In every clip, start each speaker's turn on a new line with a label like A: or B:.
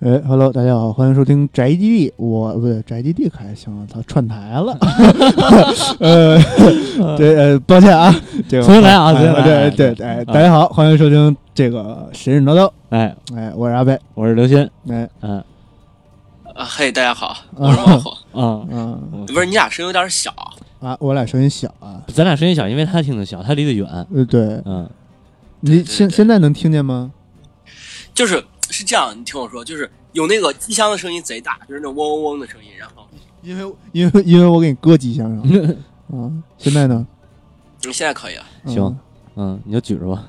A: 哎，Hello，大家好，欢迎收听宅基地，我呃不对，宅基地可还行啊，他串台了， 呃，对，呃，抱歉啊，这个
B: 重新来啊
A: 哎
B: 重新
A: 对
B: 来
A: 对对，哎，大家好，欢迎收听这个神神叨叨，
B: 哎，
A: 哎，我是阿贝，
B: 我是刘鑫，
A: 哎，
B: 嗯
C: 啊，嘿，大家好，我是猫火。
B: 嗯，
A: 嗯
B: 我
C: 不是你俩声音有点小，
A: 啊，我俩声音小啊，
B: 咱俩声音小，因为他听得小，他离得远，
A: 呃，对，
B: 嗯
A: 你
C: 对
A: 现
C: 对
A: 现在能听见吗？
C: 就是是这样，你听我说，就是有那个机箱的声音贼大，就是那嗡嗡嗡的声音，然后
A: 因为 因为因为我给你搁机箱上了啊，现在呢？
C: 嗯现在可以了。
A: 嗯
B: 行嗯，你就举着吧，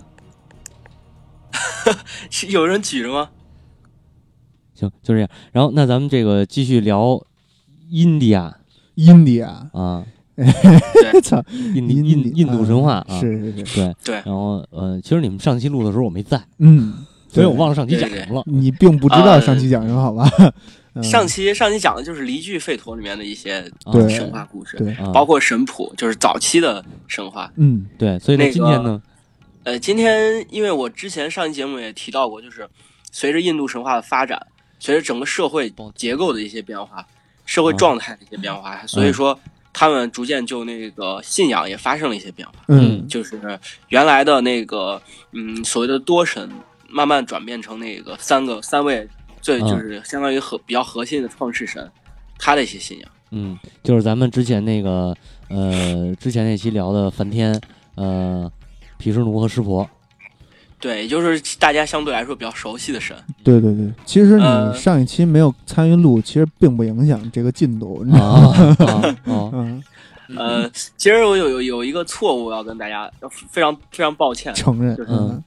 C: 是有人举着吗？
B: 行，就这样。然后那咱们这个继续聊印第安
A: 印第安，
B: 啊，
A: 操，
B: 印
A: 印
B: 印
A: 第
B: 印印度神话啊，
A: 是是是，
B: 对
C: 对
B: 然后呃，其实你们上期录的时候我没在，
A: 嗯，
B: 所以我
A: 对
B: 忘了上期讲
C: 对对
B: 什么了。
A: 你并不知道上期讲什么，好 吧？嗯
C: 呃上期上期讲的就是《离句吠陀》里面的一些
B: 啊
A: 对
C: 神话故事，
A: 对，
B: 啊
C: 包括神谱，就是早期的神话。
A: 嗯
B: 对，所以
C: 那
B: 呢，
C: 个
B: 今天呢，
C: 呃，今天因为我之前上期节目也提到过，就是随着印度神话的发展，随着整个社会结构的一些变化，社会
B: 啊
C: 状态的一些变化，所以说他们逐渐就那个信仰也发生了一些变化。
A: 嗯
C: 就是原来的那个，嗯，所谓的多神，慢慢转变成那个三个三位最
B: 嗯
C: 就是相当于核比较核心的创世神，他的一些信仰。
B: 嗯，就是咱们之前那个呃，之前那期聊的梵天，呃，毗湿奴和湿婆，
C: 对，也就是大家相对来说比较熟悉的神。
A: 对对对，其实
C: 呃
A: 你上一期没有参与录，其实并不影响这个进度，你知
B: 啊
A: 道吗？
B: 啊啊！
A: 嗯，
C: 呃，其实我有有有一个错误要跟大家非常非常抱歉，
A: 承认，
C: 就是
A: 嗯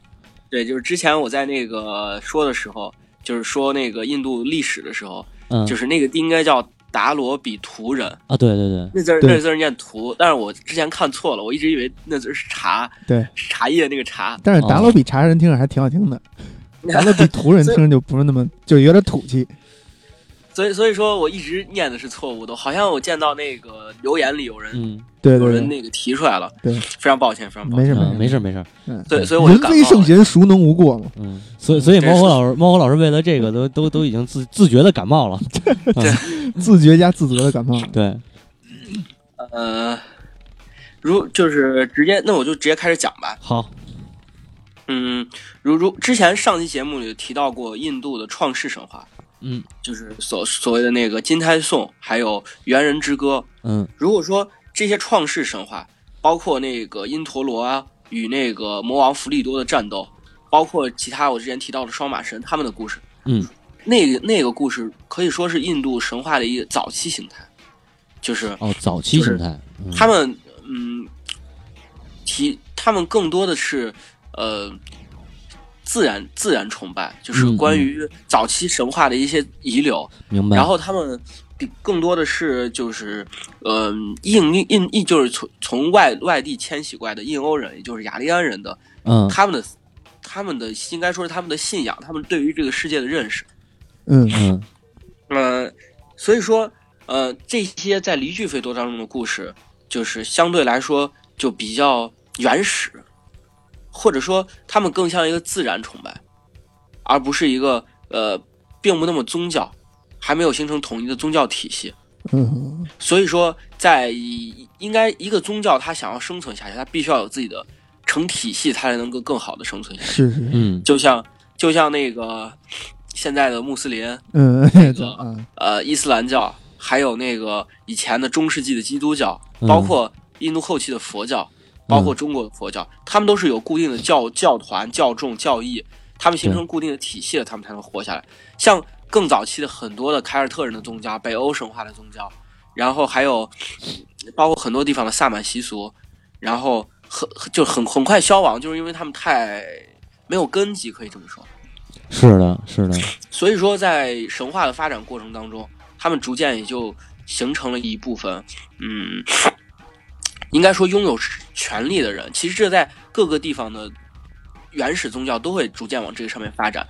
C: 对，就是之前我在那个说的时候，就是说那个印度历史的时候，
B: 嗯，
C: 就是那个应该叫达罗比图人，
B: 啊，对对对，
C: 那字儿
A: 对
C: 那字儿念图，但是我之前看错了，我一直以为那字儿是茶，
A: 对，
C: 是茶叶那个茶。
A: 但是达罗比茶人听着还挺好听 的，达罗比图人听着就不是那么，就有点土气。
C: 所以所以说我一直念的是错误的，好像我见到那个留言里有人、
B: 嗯，
A: 对
C: 有
A: 对
C: 人
A: 对，
C: 那个提出来了，
A: 对
C: 非常抱歉，非常抱
A: 没
C: 歉。
A: 事
B: 啊没
A: 事，
B: 事没事，
A: 嗯，
C: 对，所以我就
A: 人
C: 感
A: 非圣贤，孰能无过嘛？
B: 嗯，所以所以
C: 这
B: 猫
C: 是
B: 火老师，猫火老师为了这个都都都已经自自觉的感冒了。
A: 自觉加自责的感冒。
B: 对，
C: 呃，如就是直接，那我就直接开始讲吧。
B: 好，
C: 嗯，如如之前上期节目里提到过印度的创世神话，
B: 嗯
C: 就是所所谓的那个金胎颂，还有猿人之歌，
B: 嗯
C: 如果说这些创世神话，包括那个因陀罗啊与那个魔王弗利多的战斗，包括其他我之前提到的双马神他们的故事，
B: 嗯，
C: 那个那个故事可以说是印度神话的一个早期形态，就是
B: 哦，早期形态，嗯
C: 他们嗯提他们更多的是呃自然自然崇拜，就是
B: 嗯嗯嗯
C: 关于早期神话的一些遗留，
B: 明白，
C: 然后他们比更多的是就是，呃，印印印就是从从外外地迁徙过来的印欧人，也就是雅利安人的，
B: 嗯
C: 他们的他们的应该说是他们的信仰，他们对于这个世界的认识。
A: 嗯
B: 嗯
C: 呃，所以说，呃，这些在离句吠多当中的故事，就是相对来说就比较原始，或者说他们更像一个自然崇拜，而不是一个呃，并不那么宗教，还没有形成统一的宗教体系。
A: 嗯
C: 所以说，在一应该一个宗教，它想要生存下去，它必须要有自己的成体系，它才能够更好的生存下去。
A: 是是
B: 嗯
C: 就像就像那个现在的穆斯林、
A: 嗯 嗯
C: 呃伊斯兰教，还有那个以前的中世纪的基督教，
B: 嗯
C: 包括印度后期的佛教，包括中国的佛教，他们都是有固定的教教团、教众、教义，他们形成固定的体系了，他们才能活下来。像更早期的很多的凯尔特人的宗教、北欧神话的宗教，然后还有嗯包括很多地方的萨满习俗，然后很就很很快消亡，就是因为他们太没有根基，可以这么说。
B: 是的，是的，
C: 所以说，在神话的发展过程当中，他们逐渐也就形成了一部分，嗯，应该说拥有权力的人。其实这在各个地方的原始宗教都会逐渐往这个上面发展，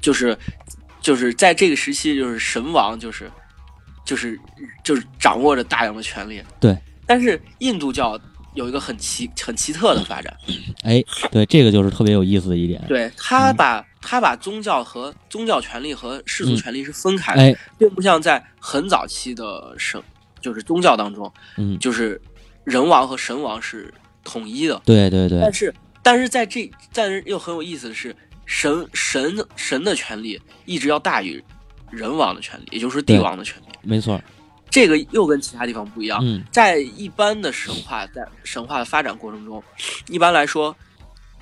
C: 就是就是在这个时期，就是神王就是就是就是掌握着大量的权力。
B: 对，
C: 但是印度教有一个很奇很奇特的发展。
B: 哎，对，这个就是特别有意思的一点。
C: 对他把、他把宗教和宗教权利和世俗权利是分开的，
B: 嗯哎，
C: 并不像在很早期的神就是宗教当中，
B: 嗯，
C: 就是人王和神王是统一的。
B: 对对对
C: 但，是但是在这但是又很有意思的是，神神神的权利一直要大于人王的权利，也就是帝
B: 对
C: 王的权利。
B: 没错。
C: 这个又跟其他地方不一样。
B: 嗯，
C: 在一般的神话在神话的发展过程中，一般来说，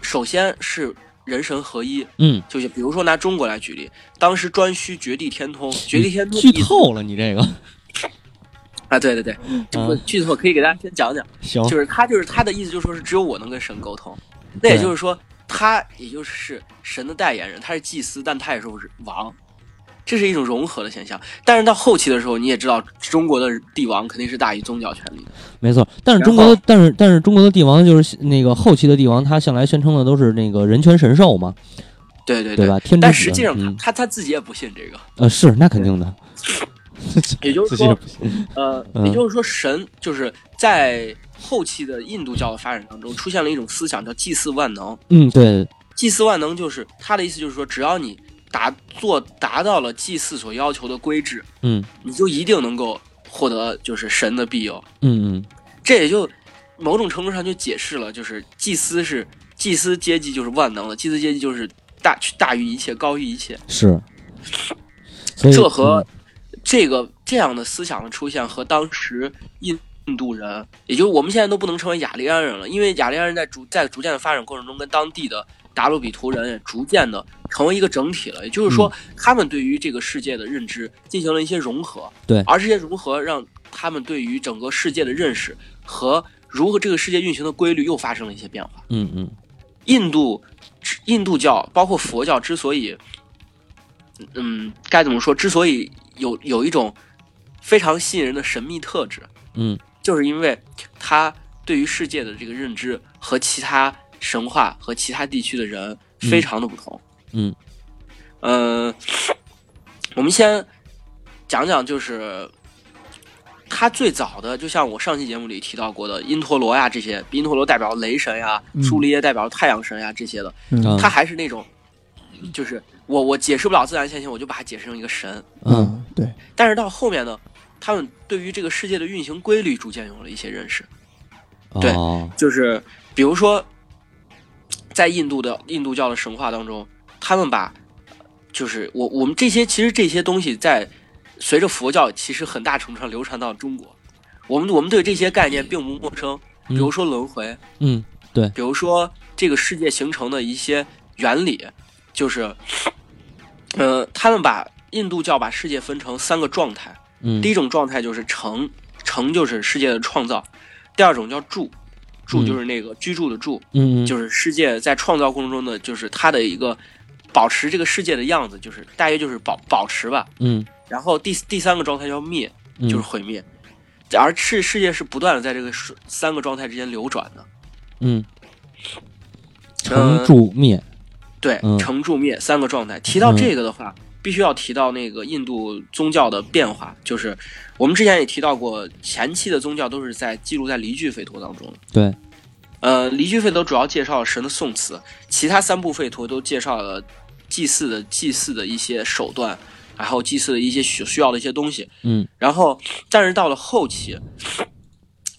C: 首先是人神合一。
B: 嗯，
C: 就是比如说拿中国来举例，当时颛顼绝地天通，绝地天通
B: 剧透了你这个，
C: 啊，对对对，这个
B: 嗯哦
C: 剧透可以给大家先讲讲，
B: 行，
C: 就是他就是他的意思就是说是只有我能跟神沟通，那也
B: 对
C: 就是说他也就是神的代言人，他是祭司，但他也是王。这是一种融合的现象，但是到后期的时候，你也知道，中国的帝王肯定是大于宗教权力的。
B: 没错。但是
C: 然
B: 中国
C: 后
B: 的，但是但是中国的帝王就是那个后期的帝王，他向来宣称的都是那个人权神授嘛，
C: 对对
B: 对吧？天之
C: 但
B: 子
C: 实际上他、
B: 嗯
C: 他他自己也不信 这个，
B: 呃，是那肯定的，
C: 也就是
B: 自己也
C: 说，
B: 不信。
C: 呃，
B: 嗯
C: 也就是说神就是在后期的印度教的发展当中出现了一种思想叫祭祀万能。
B: 嗯，对，
C: 祭祀万能就是他的意思就是说，只要你达做达到了祭祀所要求的规制，
B: 嗯
C: 你就一定能够获得就是神的庇佑。
B: 嗯嗯，
C: 这也就某种程度上就解释了，就是祭司是祭司阶级就是万能的，祭司阶级就是大大于一切，高于一切。
B: 是。所以
C: 这和
B: 嗯
C: 这个这样的思想的出现和当时印度人，也就是我们现在都不能称为雅利安人了，因为雅利安人在逐在逐渐的发展过程中，跟当地的达鲁比图人也逐渐的成为一个整体了。也就是说，
B: 嗯
C: 他们对于这个世界的认知进行了一些融合，
B: 对
C: 而这些融合让他们对于整个世界的认识和如何这个世界运行的规律又发生了一些变化。
B: 嗯嗯
C: 印度之印度教包括佛教之所以，嗯，该怎么说？之所以有有一种非常吸引人的神秘特质，
B: 嗯，
C: 就是因为它对于世界的这个认知和其他神话和其他地区的人非常的不同。
B: 嗯
C: 嗯，我们先讲讲就是。它最早的，就像我上期节目里提到过的，因陀罗呀这些，比因陀罗代表雷神呀，
A: 嗯
C: 苏利耶代表太阳神呀这些的，
B: 嗯
A: 嗯
C: 他还是那种，就是我我解释不了自然现象，我就把它解释成一个神。
B: 嗯，
A: 嗯， 对，
C: 但是到后面呢，他们对于这个世界的运行规律逐渐有了一些认识，对
B: 哦，
C: 就是比如说，在印度的印度教的神话当中，他们把就是我我们这些其实这些东西在随着佛教其实很大程度上流传到中国，我们我们对这些概念并不陌生，比如说轮回，
B: 嗯
C: 比如说这个世界形成的一些原理，就是，呃，他们把印度教把世界分成三个状态，
B: 嗯，
C: 第一种状态就是成，成就是世界的创造；第二种叫住，住
B: 嗯
C: 就是那个居住的住，
B: 嗯嗯
C: 就是世界在创造过程中的就是它的一个保持这个世界的样子，就是大约就是保保持吧。
B: 嗯
C: 然后第第三个状态叫灭，
B: 嗯
C: 就是毁灭，而世世界是不断的在这个顺三个状态之间流转的。
B: 嗯，
C: 呃
B: 成住灭，
C: 对，
B: 嗯
C: 成住灭三个状态。提到
B: 嗯
C: 这个的话，必须要提到那个印度宗教的变化，就是我们之前也提到过，前期的宗教都是在记录在离句吠陀当中。
B: 对，
C: 呃，离句吠陀主要介绍了神的颂词，其他三部吠陀都介绍了祭祀的祭祀的一些手段，然后祭祀的一些需需要的一些东西。
B: 嗯
C: 然后，但是到了后期，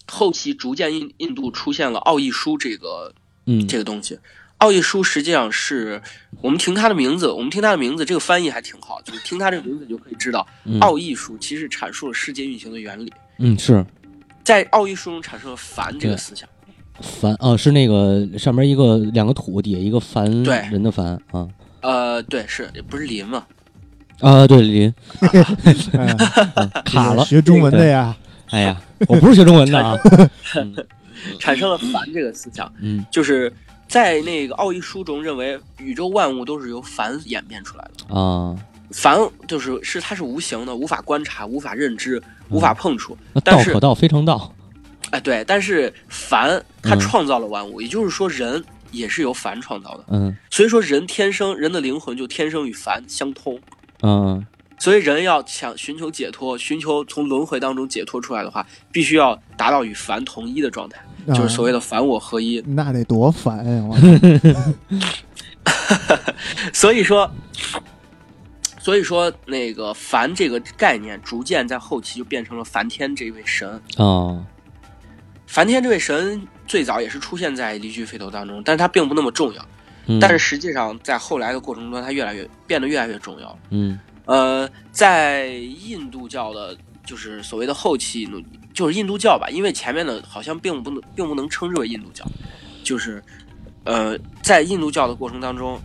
C: 后期逐渐印印度出现了奥义书这个
B: 嗯
C: 这个东西。奥义书实际上是我们听它的名字，我们听它的名字，这个翻译还挺好，就是听它这个名字你就可以知道，
B: 嗯
C: 奥义书其实阐述了世界运行的原理，
B: 嗯是
C: 在奥义书中阐述了凡这个思想。
B: 凡哦是那个上面一个两个土，底下一个凡
C: 对
B: 人的凡啊
C: 呃，对，是不是林嘛？
B: 啊对林
A: 嗯
B: 卡了，
A: 学中文的呀，
B: 哎呀，我不是学中文的 啊，
C: 产生了凡这个思想，
B: 嗯
C: 就是在那个奥义书中认为宇宙万物都是由凡演变出来的，
B: 啊，
C: 凡就是是它是无形的，无法观察，无法认知，无法碰触。
B: 那
C: 但
B: 道
C: 是
B: 可道非常道，
C: 哎，对，但是凡它
B: 嗯
C: 创造了万物，也就是说人也是由凡创造的。
B: 嗯
C: 所以说，人天生人的灵魂就天生与凡相通，
B: 嗯
C: 所以人要想寻求解脱，寻求从轮回当中解脱出来的话，必须要达到与凡同一的状态。
A: 啊
C: 就是所谓的反我合一。
A: 那得多烦呀！我
C: 所以说，所以说那个梵这个概念，逐渐在后期就变成了梵天这位神。
B: 啊，
C: 梵天这位神最早也是出现在离居吠陀当中，但是他并不那么重要。
B: 嗯
C: 但是实际上，在后来的过程中，它越来越变得越来越重要。
B: 嗯
C: 呃，在印度教的，就是所谓的后期印度，就是印度教吧，因为前面的好像并不能并不能称之为印度教，就是呃，在印度教的过程当中，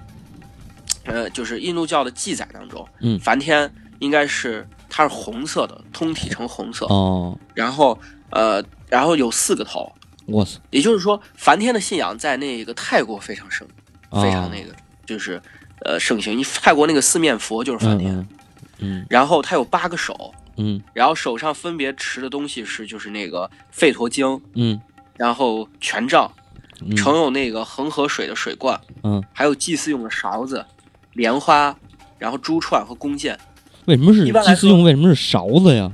C: 呃，就是印度教的记载当中，
B: 嗯
C: 梵天应该是它是红色的，通体呈红色，
B: 哦，
C: 然后呃，然后有四个头，
B: 我操，
C: 也就是说，梵天的信仰在那个泰国非常盛，
B: 啊
C: 非常那个，就是呃盛行。你泰国那个四面佛就是梵
B: 嗯
C: 天，
B: 嗯嗯
C: 然后它有八个手，
B: 嗯
C: 然后手上分别持的东西是就是那个吠陀经，
B: 嗯
C: 然后权杖，
B: 嗯，
C: 盛有那个恒河水的水罐，
B: 嗯，
C: 还有祭祀用的勺子、莲花，然后珠串和弓箭。
B: 为什么是
C: 一般
B: 祭
C: 来
B: 祀
C: 说
B: 用？为什么是勺子呀？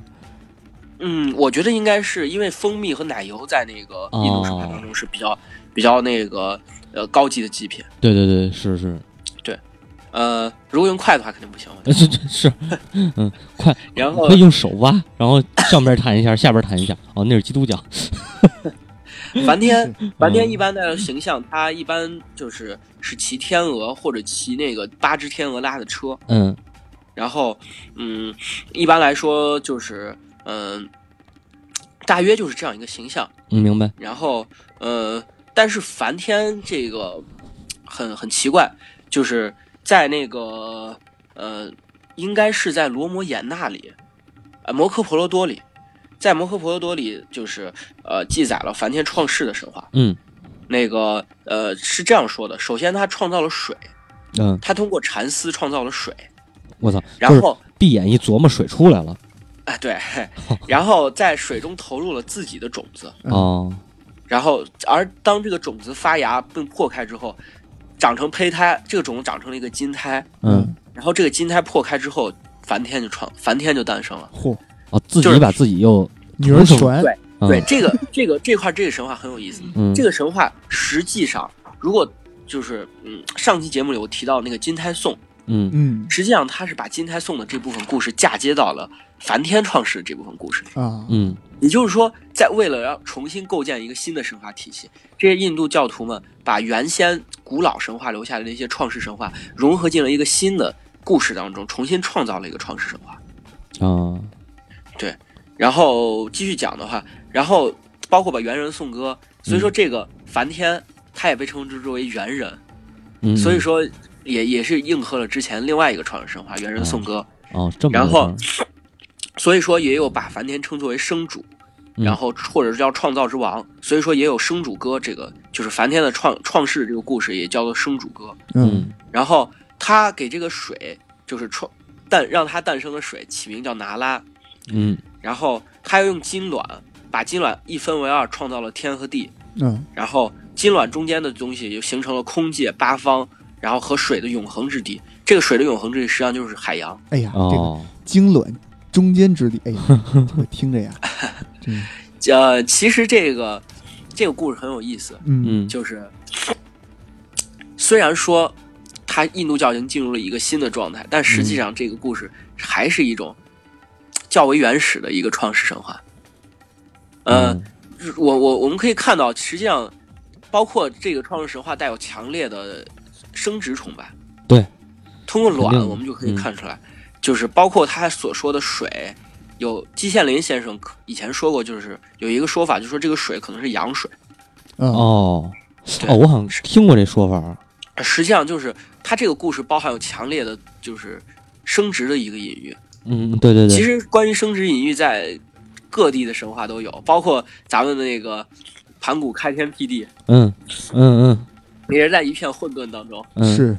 C: 嗯，我觉得应该是因为蜂蜜和奶油在那个
B: 哦
C: 印度神话当中是比较、比较那个呃高级的祭品。
B: 对对对，是是，
C: 呃，如果用筷子的话肯定不行。我觉得
B: 呃是是是，嗯，快，
C: 然 后
B: 可以用手挖，然后上边弹一下，下边弹一下。哦，那是基督教。
C: 梵天，梵天
B: 嗯
C: 一般的形象，它一般就是是骑天鹅或者骑那个八只天鹅拉的车。
B: 嗯
C: 然后，嗯，一般来说就是，嗯、大约就是这样一个形象。
B: 嗯，明白。
C: 然后，呃，但是梵天这个很很奇怪，就是在那个呃，应该是在罗摩衍那里，呃，摩诃婆罗多里，在摩诃婆罗多里，就是呃，记载了梵天创世的神话。
B: 嗯
C: 那个呃，是这样说的：首先，他创造了水，
B: 嗯，
C: 他通过蚕丝创造了水，
B: 我操，
C: 然
B: 就是
C: 后
B: 闭眼一琢磨，水出来了。
C: 啊、对， 然后在水中投入了自己的种子，
A: 嗯
B: 哦，
C: 然后而当这个种子发芽并破开之后，长成胚胎，这个种子长成了一个金胎，
B: 嗯，
C: 然后这个金胎破开之后，梵天就创，梵天就诞生了。
A: 嚯，
B: 哦，自
C: 就
B: 己
C: 是
B: 把自己又
A: 女儿全
C: 对
B: 嗯
C: 对，这个这个这块这个神话很有意思，
B: 嗯
C: 这个神话实际上如果就是嗯，上期节目里我提到那个金胎颂。
B: 嗯
A: 嗯
C: 实际上他是把金胎颂的这部分故事嫁接到了梵天创世这部分故事里，
A: 啊，
B: 嗯
C: 也就是说，在为了要重新构建一个新的神话体系，这些印度教徒们把原先古老神话留下来的一些创世神话融合进了一个新的故事当中，重新创造了一个创世神话。
B: 啊
C: 然后继续讲的话，然后包括把猿人颂歌，所以说这个梵天他也被称之为猿人，
B: 嗯，
C: 所以说也也是应和了之前另外一个创世神话猿人颂歌。
B: 哦这么
C: 然
B: 回
C: 后
B: 事
C: 所以说也有把梵天称作为生主，
B: 嗯
C: 然后或者是叫创造之王，所以说也有生主歌这个，就是梵天的创创世这个故事也叫做生主歌。
B: 儿
A: 嗯
B: 嗯
C: 然后他给这个水就是创诞让它诞生的水起名叫拿拉，
B: 嗯
C: 然后他又用金卵把金卵一分为二，创造了天和地，
A: 嗯
C: 然后金卵中间的东西就形成了空界八方，然后和水的永恒之地。这个水的永恒之地实际上就是海洋。
A: 哎呀，这个
B: 哦
A: 经纶中间之地，哎 呀，我听着呀，这个
C: 呃，其实这个这个故事很有意思，
A: 嗯
B: 嗯
C: 就是虽然说他印度教已经进入了一个新的状态，但实际
B: 嗯
C: 上这个故事还是一种较为原始的一个创世神话。呃，
B: 嗯
C: 我我我们可以看到，实际上包括这个创世神话带有强烈的生殖崇拜，
B: 对，
C: 通过
B: 肯定
C: 卵
B: 的
C: 我们就可以
B: 嗯
C: 看出来，就是包括他所说的水。有季羡林先生以前说过，就是有一个说法，就说这个水可能是羊水，
A: 嗯
B: 哦
C: 呃对
B: 哦，我好像听过这说法儿。
C: 呃实际上就是它这个故事包含有强烈的就是生殖的一个隐喻。
B: 嗯，对对对，
C: 其实关于生殖隐喻，在各地的神话都有，包括咱们的那个盘古开天辟地，
B: 嗯嗯嗯
C: 也是在一片混沌当中。
B: 嗯，
A: 是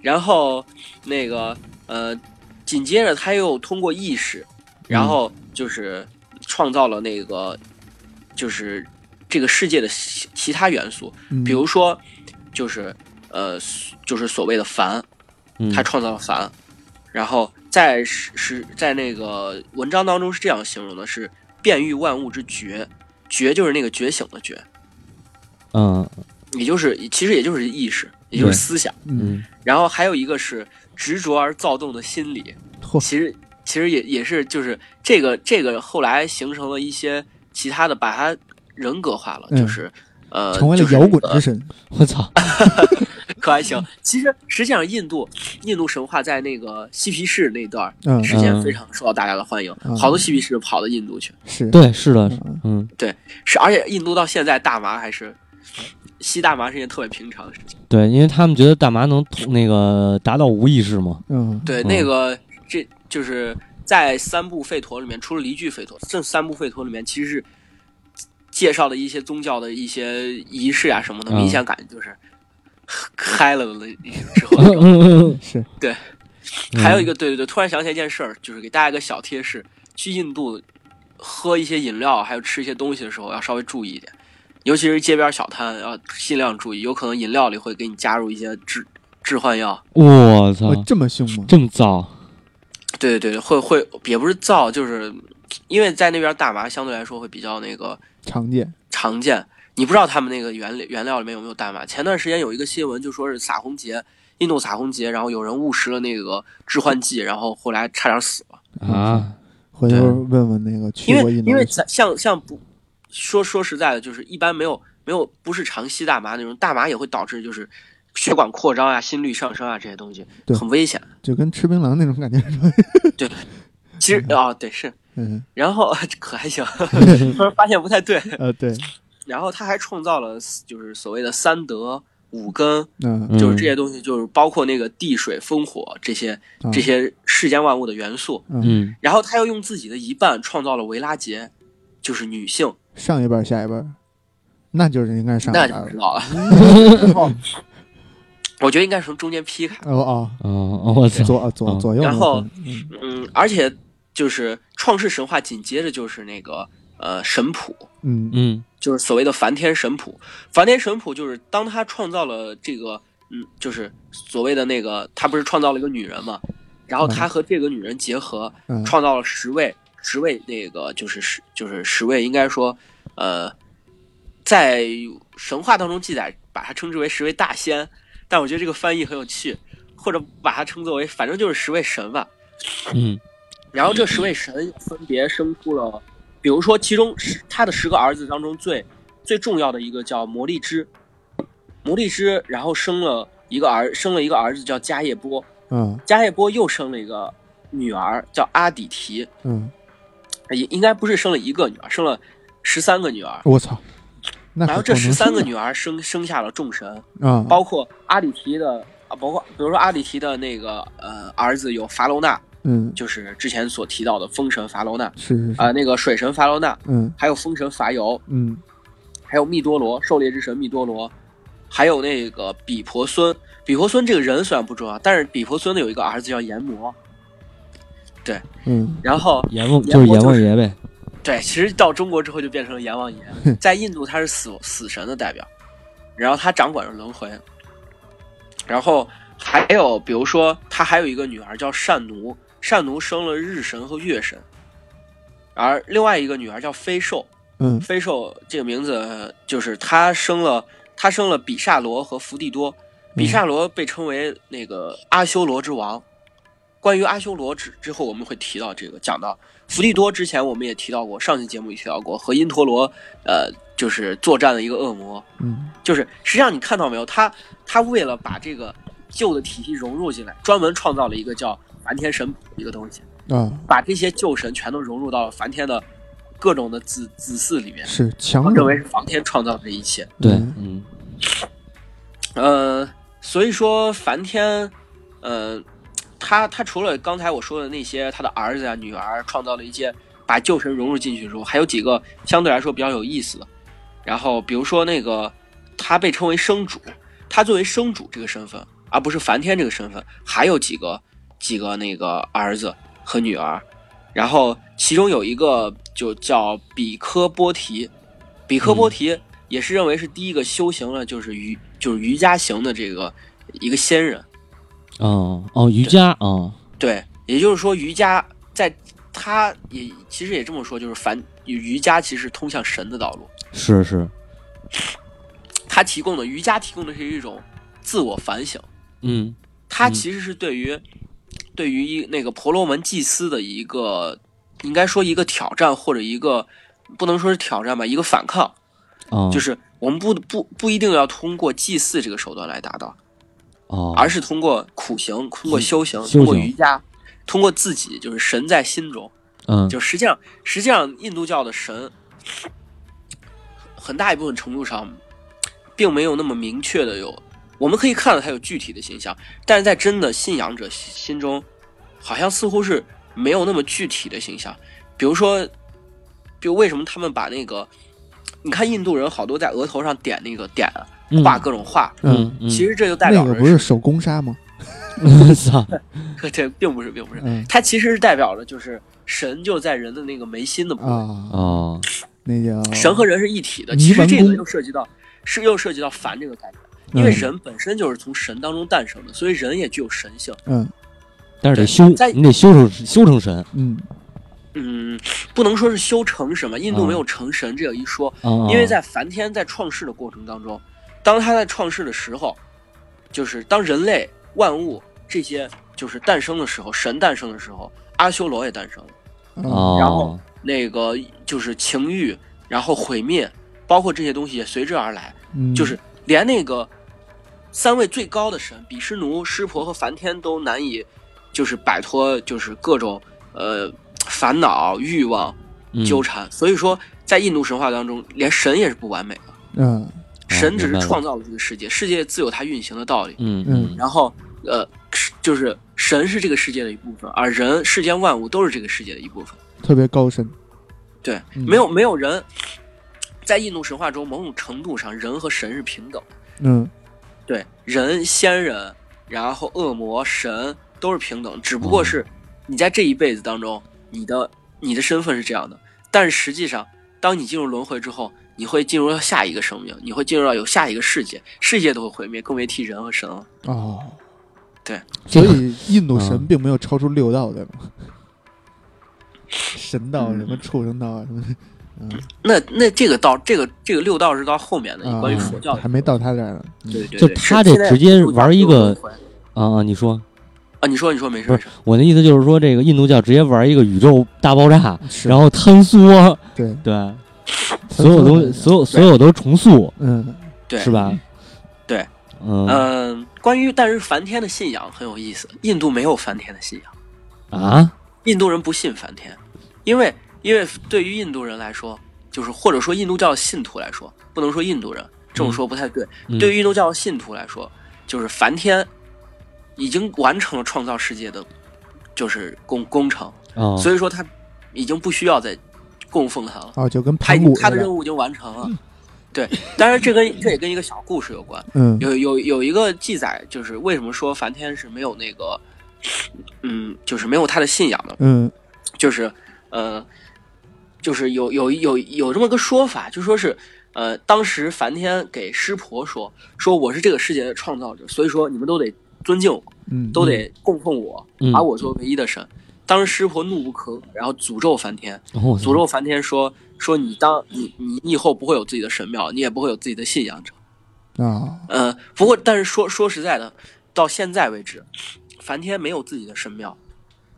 C: 然后那个呃，紧接着他又通过意识，然后就是创造了那个就是这个世界的其其他元素，
A: 嗯
C: 比如说就是呃就是所谓的凡，
B: 嗯
C: 他创造了凡，然后在是是在那个文章当中是这样形容的：是变育万物之绝，觉就是那个觉醒的觉，
B: 嗯
C: 也就是其实也就是意识，也就是
B: 对
C: 思想。
A: 嗯，
B: 嗯
C: 然后还有一个是执着而躁动的心理，
A: 嚯
C: 其实其实也也是就是这个这个后来形成了一些其他的，把它人格化了，
A: 嗯
C: 就是呃，
A: 成为了
C: 就是
A: 摇滚
C: 呃
A: 之神。
B: 我操，啊
C: 可还行。其实实际上，印度印度神话在那个嬉皮士那段儿
A: 嗯，
C: 时间非常受到大家的欢迎，
A: 嗯
C: 好多嬉皮士跑到印度去。
A: 是，
B: 对，是的，
A: 嗯
B: 嗯，
C: 是，而且印度到现在大麻还是吸大麻是一件特别平常的事情。
B: 对，因为他们觉得大麻能通那个达到无意识嘛，
A: 嗯，
C: 对，
B: 嗯
C: 那个这就是在三部吠陀里面，除了离句吠陀，这三部吠陀里面其实是介绍了一些宗教的一些仪式啊什么的，
B: 嗯
C: 明显感觉就是 嗨了的之后那种。
B: 嗯
A: 是，
C: 还有一个，对对对，突然想起来一件事儿，就是给大家一个小贴士：去印度喝一些饮料，还有吃一些东西的时候，要稍微注意一点，尤其是街边小摊，要尽量注意，有可能饮料里会给你加入一些致致幻药。
B: 我操
A: 哇，，这么凶吗？
B: 啊这么糟，
C: 对对对，会会也不是造，就是因为在那边大麻相对来说会比较那个
A: 常见，
C: 常见。你不知道他们那个原料原料里面有没有大麻。前段时间有一个新闻，就说是撒红节，印度撒红节，然后有人误食了那个致幻剂，然后后来差点死了。
B: 啊，
A: 嗯回头问问那个
C: 因
A: 去过
C: 为
A: 印度
C: 因为
A: 的，
C: 咱像像不说说实在的，就是一般没有没有不是常吸大麻那种，大麻也会导致就是血管扩张啊、心率上升啊这些东西，
A: 对
C: 很危险。
A: 就跟吃槟榔那种感觉是吧？
C: 其实啊、对是，
A: 嗯，
C: 然后可 还行，突然发现不太对。
A: 呃，对，
C: 然后他还创造了就是所谓的三德五根，
A: 嗯，
B: 嗯
C: 就是这些东西，就是包括那个地水风火这些
A: 啊
C: 这，些世间万物的元素。
B: 嗯，
C: 然后他又用自己的一半创造了维拉杰，就是女性。
A: 上一辈儿下一辈儿，那就是应该上一辈
C: 那
A: 儿
C: 就不知
A: 了。
C: 道了。 我觉得应该是从中间劈开，
A: 哦哦，
B: 哦哦，我操，
A: 左呃左
B: 嗯
A: 左右那
C: 然后
A: 分，嗯
C: 嗯，而且就是创世神话紧接着就是那个呃神谱，
A: 嗯
B: 嗯
C: 就是所谓的梵天神谱。梵天神谱就是当他创造了这个，嗯，就是所谓的那个，他不是创造了一个女人嘛，然后他和这个女人结合，
A: 嗯，
C: 创造了十位，十位那个就是十就是十位，应该说，呃，在神话当中记载把它称之为十位大仙，但我觉得这个翻译很有趣，或者把它称作为反正就是十位神吧。
B: 嗯
C: 然后这十位神分别生出了，比如说其中十他的十个儿子当中最最重要的一个叫摩利支，摩利支，然后生了一个儿生了一个儿子叫迦叶波，
A: 嗯
C: 迦叶波又生了一个女儿叫阿底提，呃
A: 嗯，
C: 也应该不是生了一个女儿，生了十三个女儿。
A: 我操，那
C: 然后
A: 可
C: 这
A: 不能
C: 十三个
A: 生
C: 女儿生生下了众神，
A: 的啊，
C: 包括阿里提的啊，包括比如说阿里提的那个呃儿子有伐楼那，
A: 嗯
C: 就是之前所提到的风神伐楼那
A: 是是是
C: 啊、那个水神伐楼那，
A: 嗯
C: 还有风神伐尤，
A: 嗯
C: 还有密多罗狩猎之神密多罗，还有那个比婆孙。比婆孙这个人虽然不重要，但是比婆孙的有一个儿子叫炎魔，
A: 嗯
C: 然后
B: 阎王就是阎王爷呗，
C: 对，其实到中国之后就变成了阎王爷，在印度他是死死神的代表，然后他掌管着轮回，然后还有比如说他还有一个女儿叫善奴，善奴生了日神和月神，而另外一个女儿叫飞兽，
A: 嗯
C: 飞兽这个名字就是他生了他生了比萨罗和伏地多，比萨罗被称为那个阿修罗之王。关于阿修罗之之后，我们会提到这个，讲到伏地多之前我们也提到过，上期节目也提到过，和因陀罗呃就是作战的一个恶魔，
A: 嗯
C: 就是实际上你看到没有，他他为了把这个旧的体系融入进来，专门创造了一个叫梵天神谱的一个东西，
A: 啊，
C: 把这些旧神全都融入到了梵天的各种的子子嗣里面，
A: 是强
C: 认
A: 者
C: 为是梵天创造的这一切。
B: 对，
A: 嗯
B: 嗯
C: 呃，所以说梵天，呃，他他除了刚才我说的那些他的儿子啊、女儿创造了一些把旧神融入进去之后，还有几个相对来说比较有意思的。然后比如说那个他被称为生主，他作为生主这个身份，而不是梵天这个身份，还有几个几个那个儿子和女儿。然后其中有一个就叫比科波提，比科波提也是认为是第一个修行了就是瑜就是瑜伽行的这个一个仙人。
B: 哦哦，瑜伽啊，
C: 对，也就是说瑜伽在他他也其实也这么说，就是凡瑜伽其实通向神的道路，
B: 是是，
C: 它提供的瑜伽提供的是一种自我反省，
B: 嗯
C: 它
B: 嗯
C: 其实是对于、对于一那个婆罗门祭司的一个应该说一个挑战或者一个不能说是挑战吧，一个反抗，
B: 啊，
C: 就是我们不不不一定要通过祭祀这个手段来达到，
B: 哦，
C: 而是通过苦行，通过修行，
B: 修行
C: 通过瑜伽，通过自己，就是神在心中。
B: 嗯
C: 就实际上，实际上印度教的神，很大一部分程度上，并没有那么明确的有，我们可以看到它有具体的形象，但是在真的信仰者心中，好像似乎是没有那么具体的形象。比如说，就为什么他们把那个，你看印度人好多在额头上点那个点画各种画，
B: 嗯嗯，
C: 其实这就代表
A: 那
C: 着
A: 个不是手工纱吗？
B: 操，
C: 这这并不是， 并不是，
A: 嗯
C: 它其实是代表的就是神就在人的那个眉心的部分，
A: 啊，
B: 哦，
A: 那叫
C: 神和人是一体的。
A: 迷
C: 其实
A: 魂
C: 这个
A: 功
C: 又涉及到是又涉及到凡这个概念，因为
A: 嗯
C: 人本身就是从神当中诞生的，所以人也具有神性。
A: 嗯
B: 但是得修，
C: 在
B: 你得修成修成神
A: 嗯
C: 嗯，不能说是修成神吧，印度
B: 嗯
C: 没有
A: 啊
C: 成神这有一说，
B: 啊，啊
C: 因为在梵天在创世的过程当中，当他在创世的时候，就是当人类万物这些就是诞生的时候，神诞生的时候，阿修罗也诞生了。
A: 啊
B: 哦，
C: 然后那个就是情欲，然后毁灭，包括这些东西也随之而来。
A: 嗯，
C: 就是连那个三位最高的神比湿奴、湿婆和梵天都难以，就是摆脱就是各种呃烦恼、欲望
B: 嗯
C: 纠缠。所以说，在印度神话当中，连神也是不完美的，
A: 嗯
C: 神只
B: 哦明白
C: 是
B: 了
C: 创造了这个世界，世界自有它运行的道理。
B: 嗯
A: 嗯
B: 嗯
C: 然后呃，是就是神是这个世界的一部分，而人世间万物都是这个世界的一部分。
A: 特别高深，
C: 对，
A: 嗯
C: 没有没有人在印度神话中某种程度上，人和神是平等的。
A: 嗯
C: 对，人、仙人，然后恶魔、神都是平等，只不
B: 嗯
C: 过是你在这一辈子当中，你的你的身份是这样的，但是实际上，当你进入轮回之后，你会进入到下一个生命，你会进入到有下一个世界，世界都会毁灭，更别提人和神了。
A: 哦，
C: 对，
A: 所 以印度
B: 嗯
A: 神并没有超出六道对 吗？神道
C: 嗯
A: 什么畜生道啊什么，嗯，
C: 那那这个到这个这个六道是到后面的，
A: 啊
C: 关于佛教的
A: 还没到他这儿呢，嗯
C: 对对
B: 就
C: 对，
B: 他
C: 是
B: 这
C: 现在
B: 直接
C: 入
B: 玩一
C: 入轮
B: 个
C: 回
B: 啊啊，你说
C: 啊，你说你说没事
B: 不
C: 没
B: 是
C: 事，
B: 我的意思就是说，这个印度教直接玩一个宇宙大爆炸，
A: 是
B: 然后坍缩，
A: 对，
B: 对，所有
A: 都
B: 东西所有所有都重塑，
A: 嗯
C: 对
B: 是吧？
C: 对，
B: 嗯
C: 嗯，关于但是梵天的信仰很有意思，印度没有梵天的信仰，
B: 啊，
C: 印度人不信梵天，因为因为对于印度人来说，就是或者说印度教信徒来说，不能说印度人这么说不太对，
B: 嗯
C: 对于印度教信徒来说，就是梵天已经完成了创造世界的就是工工程，
B: 哦，
C: 所以说他已经不需要再供奉他了。
A: 哦，就跟
C: 他已
A: 盘
C: 经
A: 古
C: 他的
A: 似
C: 任务已经完成了，对。当然，这跟这也跟一个小故事有关。
A: 嗯
C: 有有有一个记载，就是为什么说梵天是没有那个，嗯，就是没有他的信仰的，
A: 嗯
C: 就是呃，就是有有有有这么个说法，就说是呃，当时梵天给湿婆说，说我是这个世界的创造者，所以说你们都得尊敬我，
A: 嗯，
C: 都得供奉我，
B: 嗯
C: 把我作为唯一的神。当时湿婆怒不可遏，然后诅咒梵天，
B: 哦
C: 诅咒梵天说说你当你你你以后不会有自己的神庙，你也不会有自己的信仰者。
A: 啊，
C: 呃，不过但是说说实在的，到现在为止，梵天没有自己的神庙，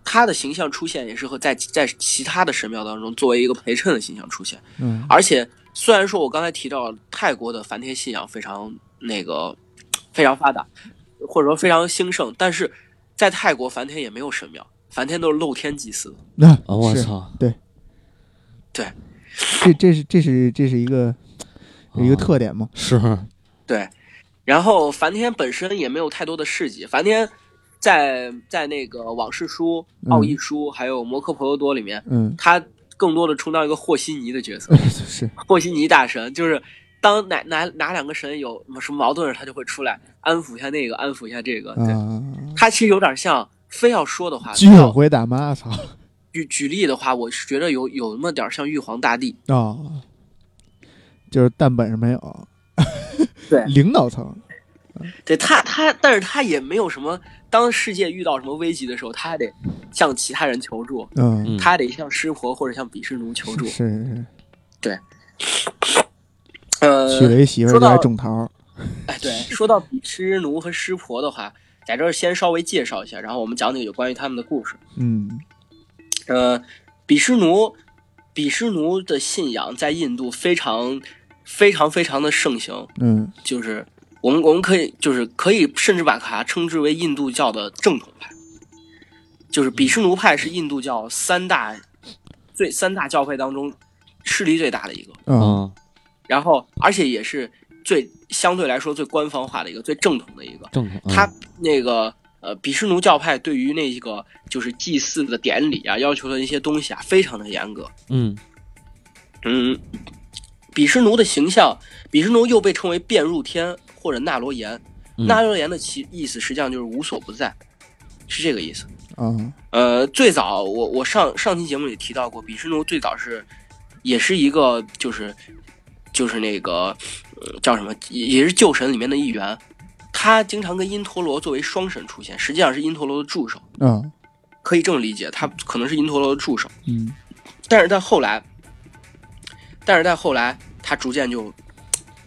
C: 他的形象出现也是和在在其他的神庙当中作为一个陪衬的形象出现。
A: 嗯
C: 而且虽然说我刚才提到泰国的梵天信仰非常那个非常发达，或者说非常兴盛，但是在泰国梵天也没有神庙，梵天都是露天祭祀的。
A: 那
B: 啊，我
A: 是
B: 操，
A: 这这是这是这是一个有一个
B: 啊
A: 特点嘛？
B: 是
C: 对，然后梵天本身也没有太多的事迹，梵天在在那个往事书、
A: 嗯
C: 奥义书、还有摩诃婆罗多里面，
A: 嗯，
C: 他更多的充当一个和稀泥的角 色，
A: 是
C: 和稀泥大神就是。当哪哪哪两个神有什么矛盾，他就会出来安抚一下那个，安抚一下这个。对，啊
A: 啊，
C: 他其实有点像，非要说的话，
A: 居委会大妈，操
C: 举举例的话，我是觉得有有那么点儿像玉皇大帝。
A: 啊，就是蛋本是没有，
C: 对
A: 领导层，
C: 对他，他，但是他也没有什么，当世界遇到什么危机的时候，他还得向其他人求助，
A: 嗯，
B: 嗯
C: 他还得向湿婆或者向比什奴求助
A: 是。是，
C: 呃，
A: 娶了一媳妇儿
C: 说
A: 就
C: 到
A: 爱种桃，
C: 哎，对，说到比湿奴和湿婆的话，在这儿先稍微介绍一下，然后我们讲讲有关于他们的故事。
A: 嗯
C: 呃，比湿奴，比湿奴的信仰在印度非常、非常、非常的盛行，
A: 嗯
C: 就是我们我们可以就是可以甚至把它称之为印度教的正统派，就是比湿奴派是印度教三大最三大教派当中势力最大的一个，
A: 啊
B: 嗯，
C: 然后而且也是最相对来说最官方化的一个、最正统的一个。
B: 正常。嗯
C: 他那个呃，比什奴教派对于那个就是祭祀的典礼啊，要求的一些东西啊，非常的严格。
B: 嗯
C: 嗯，比什奴的形象，比什奴又被称为变入天或者纳罗延。
B: 嗯
C: 纳罗延的其意思实际上就是无所不在，是这个意思。
A: 啊
C: 呃，最早我我上上期节目里提到过，比什奴最早是也是一个就是就是那个、呃叫什么，也也是旧神里面的一员。他经常跟因陀罗作为双神出现，实际上是因陀罗的助手，
A: 啊
C: 可以这么理解，他可能是因陀罗的助手。
A: 嗯
C: 但是到后来，但是到后来，他逐渐就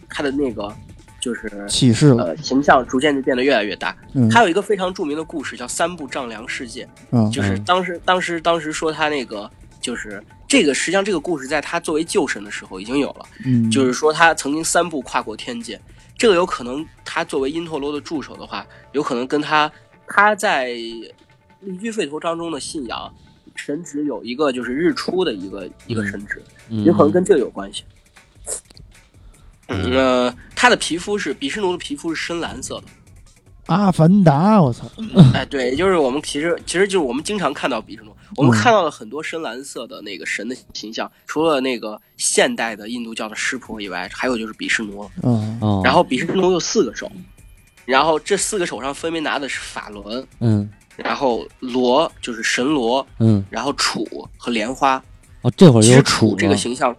C: 他的那个就是
A: 起誓了，
C: 呃形象逐渐就变得越来越大。
A: 嗯
C: 还有一个非常著名的故事叫三部丈量世界，
A: 啊
C: 就是
B: 嗯
C: 当时当时当时说他那个就是这个，实际上这个故事在他作为旧神的时候已经有了，
A: 嗯
C: 就是说他曾经三步跨过天界，这个有可能他作为因陀罗的助手的话，有可能跟他他在绿居吠陀当中的信仰神职有一个就是日出的一个一个神职，
B: 嗯
C: 有可能跟这个有关系。嗯，呃，他的皮肤是比什奴的皮肤是深蓝色的，
A: 阿凡达，我操，
C: 哎，对，就是我们其实其实就是我们经常看到比什奴，我们
A: 嗯
C: 看到了很多深蓝色的那个神的形象，除了那个现代的印度教的湿婆以外，还有就是比什奴。
A: 啊
B: 哦，
C: 然后比什奴有四个手，然后这四个手上分别拿的是法轮，
B: 嗯
C: 然后罗就是神罗，
B: 嗯
C: 然后杵和莲花。
B: 哦，这会儿
C: 其
B: 又
C: 实
B: 有
C: 杵
B: 楚
C: 这个
B: 了
C: 形象，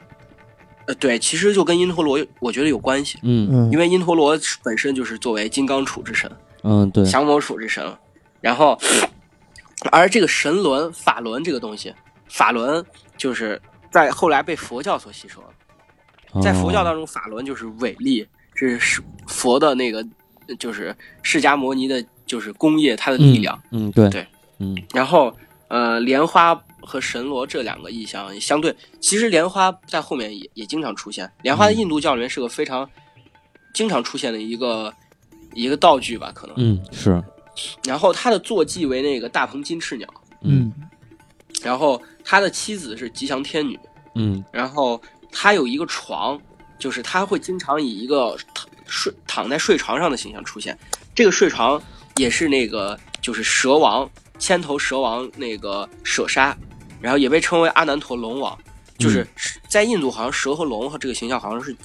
C: 呃，对，其实就跟因陀罗有我觉得有关系，
B: 嗯
A: 嗯
C: 因为因陀罗本身就是作为金刚杵之神。
B: 嗯对
C: 降魔杵之神，然后，而这个神轮法轮这个东西，法轮就是在后来被佛教所吸收了。在佛教
B: 哦
C: 当中，法轮就是伟力，这是佛的那个，就是释迦摩尼的，就是功业，它的力量。
B: 嗯嗯对
C: 对
B: 嗯
C: 然后，呃，莲花和神罗这两个意象相对，其实莲花在后面也也经常出现。莲花在
B: 嗯
C: 印度教里面是个非常经常出现的一个一个道具吧，可能。
B: 嗯是
C: 然后他的坐骑为那个大鹏金翅鸟，
A: 嗯
C: 然后他的妻子是吉祥天女，
B: 嗯
C: 然后他有一个床，就是他会经常以一个躺睡躺在睡床上的形象出现。这个睡床也是那个就是蛇王千头蛇王那个舍沙，然后也被称为阿难陀龙王，就是在印度好像蛇和龙和这个形象好像是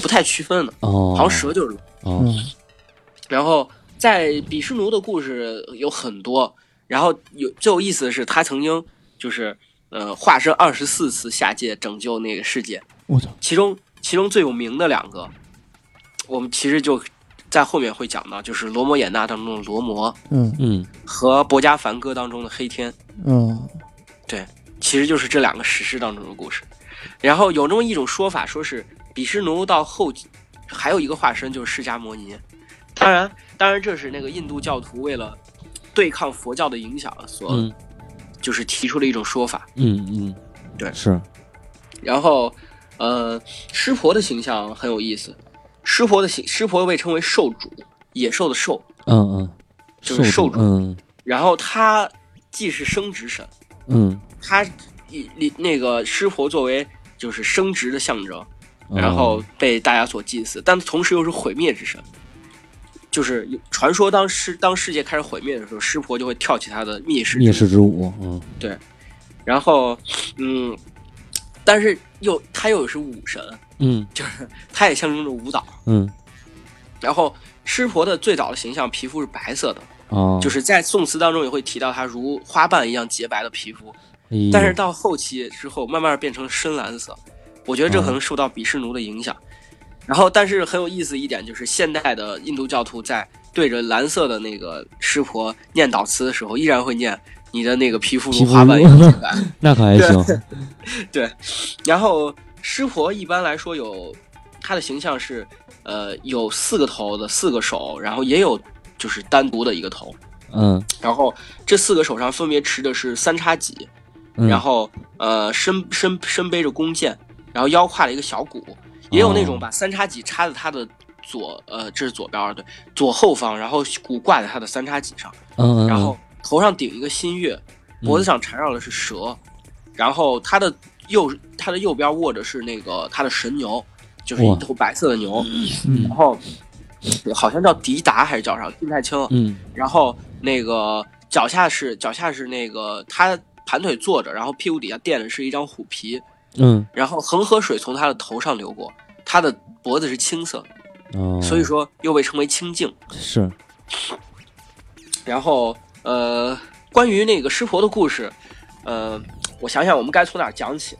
C: 不太区分的，
B: 哦
C: 好像蛇就是龙。
B: 哦
A: 嗯
C: 然后在比什奴的故事有很多，然后有最有意思的是，他曾经就是呃化身二十四次下界拯救那个世界，
A: 我操，
C: 其中其中最有名的两个，我们其实就在后面会讲到，就是《罗摩衍那》当中的罗摩
A: 嗯
B: 嗯
C: 和《博伽梵歌》当中的黑天，
A: 嗯
C: 其实就是这两个史诗当中的故事。然后有这么一种说法，说是比什奴到后期还有一个化身就是释迦摩尼。当然，当然这是那个印度教徒为了对抗佛教的影响所
B: 嗯
C: 就是提出了一种说法。
B: 嗯嗯
C: 对
B: 是
C: 然后，呃，湿婆的形象很有意思。湿婆的形，湿婆被称为兽主，野兽的兽。
B: 嗯嗯
C: 就是
B: 受
C: 受
B: 主
C: 主
B: 嗯
C: 然后他既是生殖神，
B: 嗯
C: 他以以那个湿婆作为就是生殖的象征，
B: 哦
C: 然后被大家所祭祀，但同时又是毁灭之神。就是有传说当世当世界开始毁灭的时候，湿婆就会跳起他的灭世之
B: 灭
C: 舞
B: 世之舞嗯
C: 然后，嗯，但是又他又是武神，
B: 嗯
C: 他也象征着舞蹈。
B: 嗯
C: 然后湿婆的最早的形象皮肤是白色的，
B: 哦
C: 就是在宋词当中也会提到他如花瓣一样洁白的皮肤，
B: 哎呦
C: 但是到后期之后慢慢变成深蓝色。我觉得这可能受到比湿奴的影响。然后，但是很有意思一点就是，现代的印度教徒在对着蓝色的那个湿婆念祷词的时候，依然会念“你的那个皮肤
B: 皮
C: 如
B: 肤
C: 花瓣一样
B: 如
C: 洁白”。
B: 那可还行，
C: 然后湿婆一般来说有她的形象是，呃，有四个头的四个手，然后也有就是单独的一个头，
B: 嗯
C: 然后这四个手上分别持的是三叉戟，
B: 嗯，
C: 然后呃身身身背着弓箭，然后腰挎了一个小鼓，也有那种
B: 哦
C: 把三叉戟插在他的左呃这是左边儿对左后方，然后鼓挂在他的三叉戟上，
B: 嗯嗯，
C: 然后头上顶一个新月，脖子上缠绕的是蛇，然后他的右他的右边握着是那个他的神牛，就是一
B: 哇
C: 头白色的牛，
A: 嗯
C: 然后好像叫迪达还是叫啥，不太清了。
B: 嗯
C: 然后那个脚下是脚下是那个他盘腿坐着，然后屁股底下垫的是一张虎皮，
B: 嗯
C: 然后恒河水从他的头上流过，他的脖子是青色，
B: 哦，
C: 所以说又被称为清净。
B: 是
C: 然后呃，关于那个湿婆的故事，呃，我想想我们该从哪儿讲起？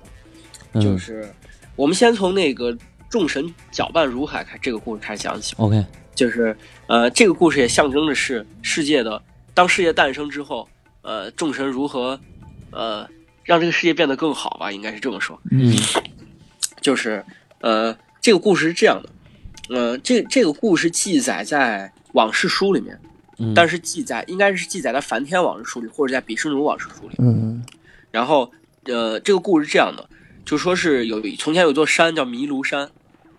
B: 嗯
C: 就是我们先从那个众神搅拌如海开这个故事开始讲起。
B: OK，
C: 就是呃，这个故事也象征着是世界的，当世界诞生之后，呃，众神如何呃让这个世界变得更好吧，应该是这么说。
B: 嗯
C: 就是呃，这个故事是这样的，呃，这这个故事记载在《往事书》里面，
B: 嗯，
C: 但
B: 是
C: 是记载应该是记载在《梵天往事书》里，或者在《比湿奴往事书》里。
A: 嗯
C: 然后，呃，这个故事是这样的，就说是有从前有一座山叫麋鹿山，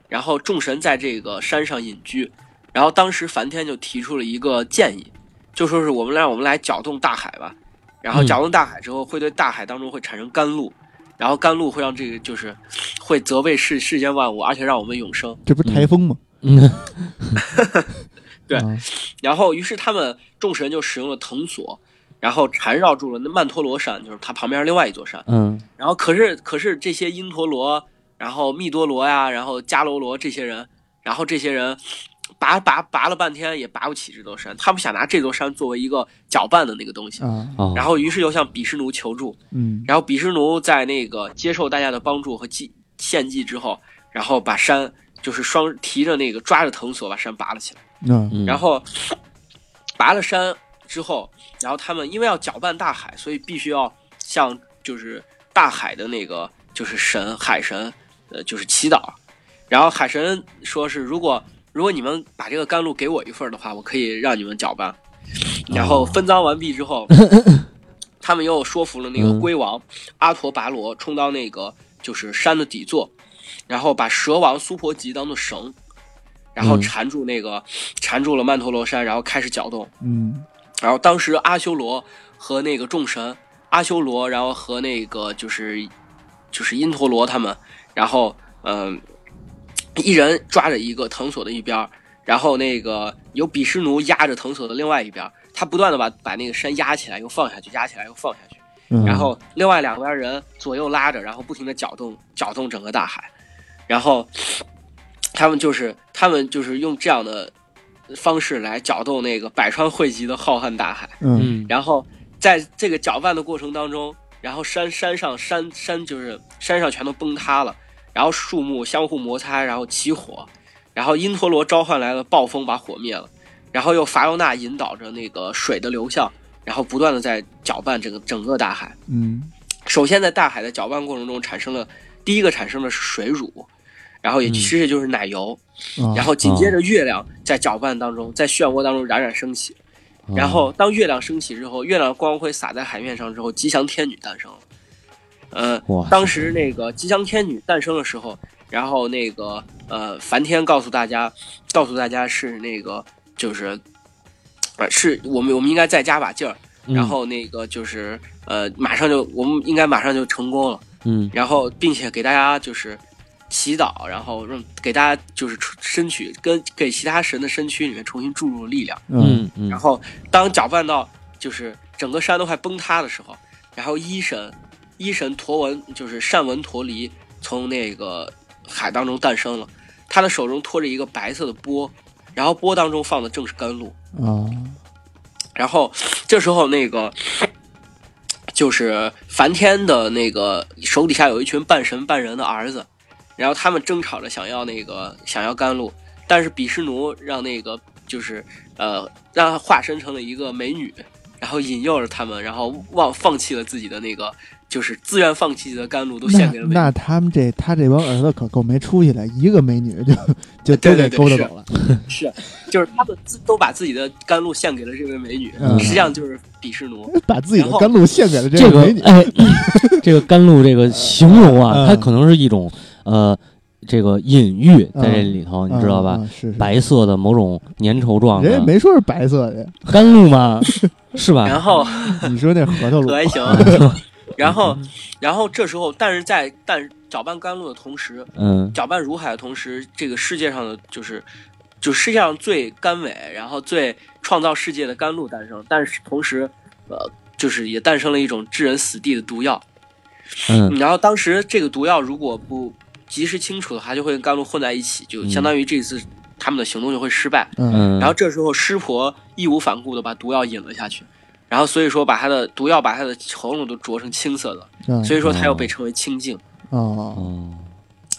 C: 然后众神在这个山上隐居，然后当时梵天就提出了一个建议，就说是我们让我们来搅动大海吧，然后
B: 嗯
C: 搅动大海之后会对大海当中会产生甘露，然后甘露会让这个就是会责备世世间万物，而且让我们永生。
A: 这不是台风吗？
B: 嗯
C: 对
A: 啊，
C: 然后，于是他们众神就使用了藤索，然后缠绕住了那曼陀罗山，就是它旁边另外一座山。
B: 嗯
C: 然后可是可是这些因陀罗，然后密多罗呀，然后迦楼罗这些人，然后这些人拔拔拔了半天也拔不起这座山，他们想拿这座山作为一个搅拌的那个东西。
A: 啊，
B: 哦，
C: 然后，于是又向比湿奴求助。
A: 嗯
C: 然后比湿奴在那个接受大家的帮助和祭献祭之后，然后把山就是双提着那个抓着藤索把山拔了起来。
A: 啊
B: 嗯
C: 然后拔了山之后，然后他们因为要搅拌大海，所以必须要向就是大海的那个就是神海神，呃，就是祈祷。然后海神说是如果如果你们把这个甘露给我一份儿的话，我可以让你们搅
B: 哦
C: 拌。然后分赃完毕之后， 他们又说服了那个
B: 嗯
C: 龟王阿陀跋罗，冲到那个就是山的底座，然后把蛇王苏婆吉当做绳，然后
B: 嗯
C: 缠住那个缠住了曼陀罗山，然后开始搅动。
A: 嗯
C: 然后当时阿修罗和那个众神，阿修罗，然后和那个就是就是因陀罗他们，然后嗯、一人抓着一个藤索的一边儿，然后那个有比湿奴压着藤索的另外一边儿，他不断的把把那个山压起来，又放下去，压起来又放下去。
A: 嗯，
C: 然后另外两边人左右拉着，然后不停的搅动搅动整个大海，然后 他们就是他们就是用这样的方式来搅动那个百川汇集的浩瀚大海。
A: 嗯
B: 嗯
C: 然后在这个搅拌的过程当中，然后山山上山山就是山上全都崩塌了，然后树木相互摩擦，然后起火，然后因陀罗召唤来了暴风把火灭了，然后又伐尤纳引导着那个水的流向，然后不断的在搅拌整个整个大海。
A: 嗯
C: 首先在大海的搅拌过程中产生了第一个产生的是水乳，然后也
B: 嗯
C: 其实就是奶油，
A: 啊，
C: 然后紧接着月亮在搅拌当中，在漩涡当中冉冉升起，
A: 啊
B: 哦
C: 然后当月亮升起之后，月亮光辉洒在海面上之后，吉祥天女诞生了。呃，
B: 哇，
C: 当时那个吉祥天女诞生的时候，然后那个呃，梵天告诉大家，告诉大家是那个就是，呃，是我们我们应该再加把劲儿，
B: 嗯
C: 然后那个就是呃，马上就我们应该马上就成功了。
B: 嗯
C: 然后并且给大家就是祈祷，然后让给大家就是出身躯跟给其他神的身躯里面重新注入了力量。
A: 嗯
B: 嗯嗯，
C: 然后当搅拌到就是整个山都快崩塌的时候，然后一神一神陀文就是善文陀离从那个海当中诞生了，他的手中托着一个白色的钵，然后钵当中放的正是甘露。
A: 啊，
C: 然后这时候那个就是梵天的那个手底下有一群半神半人的儿子，然后他们争吵着想要那个想要甘露，但是比什奴让那个就是呃让他化身成了一个美女，然后引诱了他们，然后忘放弃了自己的那个就是自愿放弃的甘露都献给了美
A: 那那
C: 女。
A: 他们这他这帮儿子可够没出息的，一个美 女就就都给
C: 对对对
A: 勾搭
C: 是
A: 走了。
C: 是，就是他们自都把自己的甘露献给了这位美女，
A: 嗯
C: 实际上就是比什奴。
A: 把自己的
C: 然后
A: 甘露献给了
B: 这
A: 个
B: 个
A: 美女。
B: 哎，这个甘露这个形容啊，
A: 嗯
B: 它可能是一种呃这个隐喻在这里头，你知道吧？
A: 嗯嗯？嗯是是
B: 白色的某种粘稠状
A: 人也
B: 的
A: 没说是白色的，
B: 甘露嘛，是
C: 然
B: 吧？
C: 后
A: 你说那核桃
C: 可
A: 露
C: 还行， 然后然后这时候，但是在但搅拌甘露的同时，
B: 嗯
C: 搅拌如海的同时，这个世界上的就是，就是世界上最甘美，然后最创造世界的甘露诞生，但是同时，呃，就是也诞生了一种置人死地的毒药。
B: 嗯
C: 然后当时这个毒药如果不及时清除的话，就会跟甘露混在一起，就
B: 嗯
C: 相当于这次他们的行动就会失败。
A: 嗯
B: 嗯，
C: 然后这时候湿婆义无反顾的把毒药引了下去，然后所以说把他的毒药把他的喉咙都灼成青色的，
A: 嗯
C: 所以说他又被
B: 哦
C: 称为清净。
A: 哦，
B: 哦，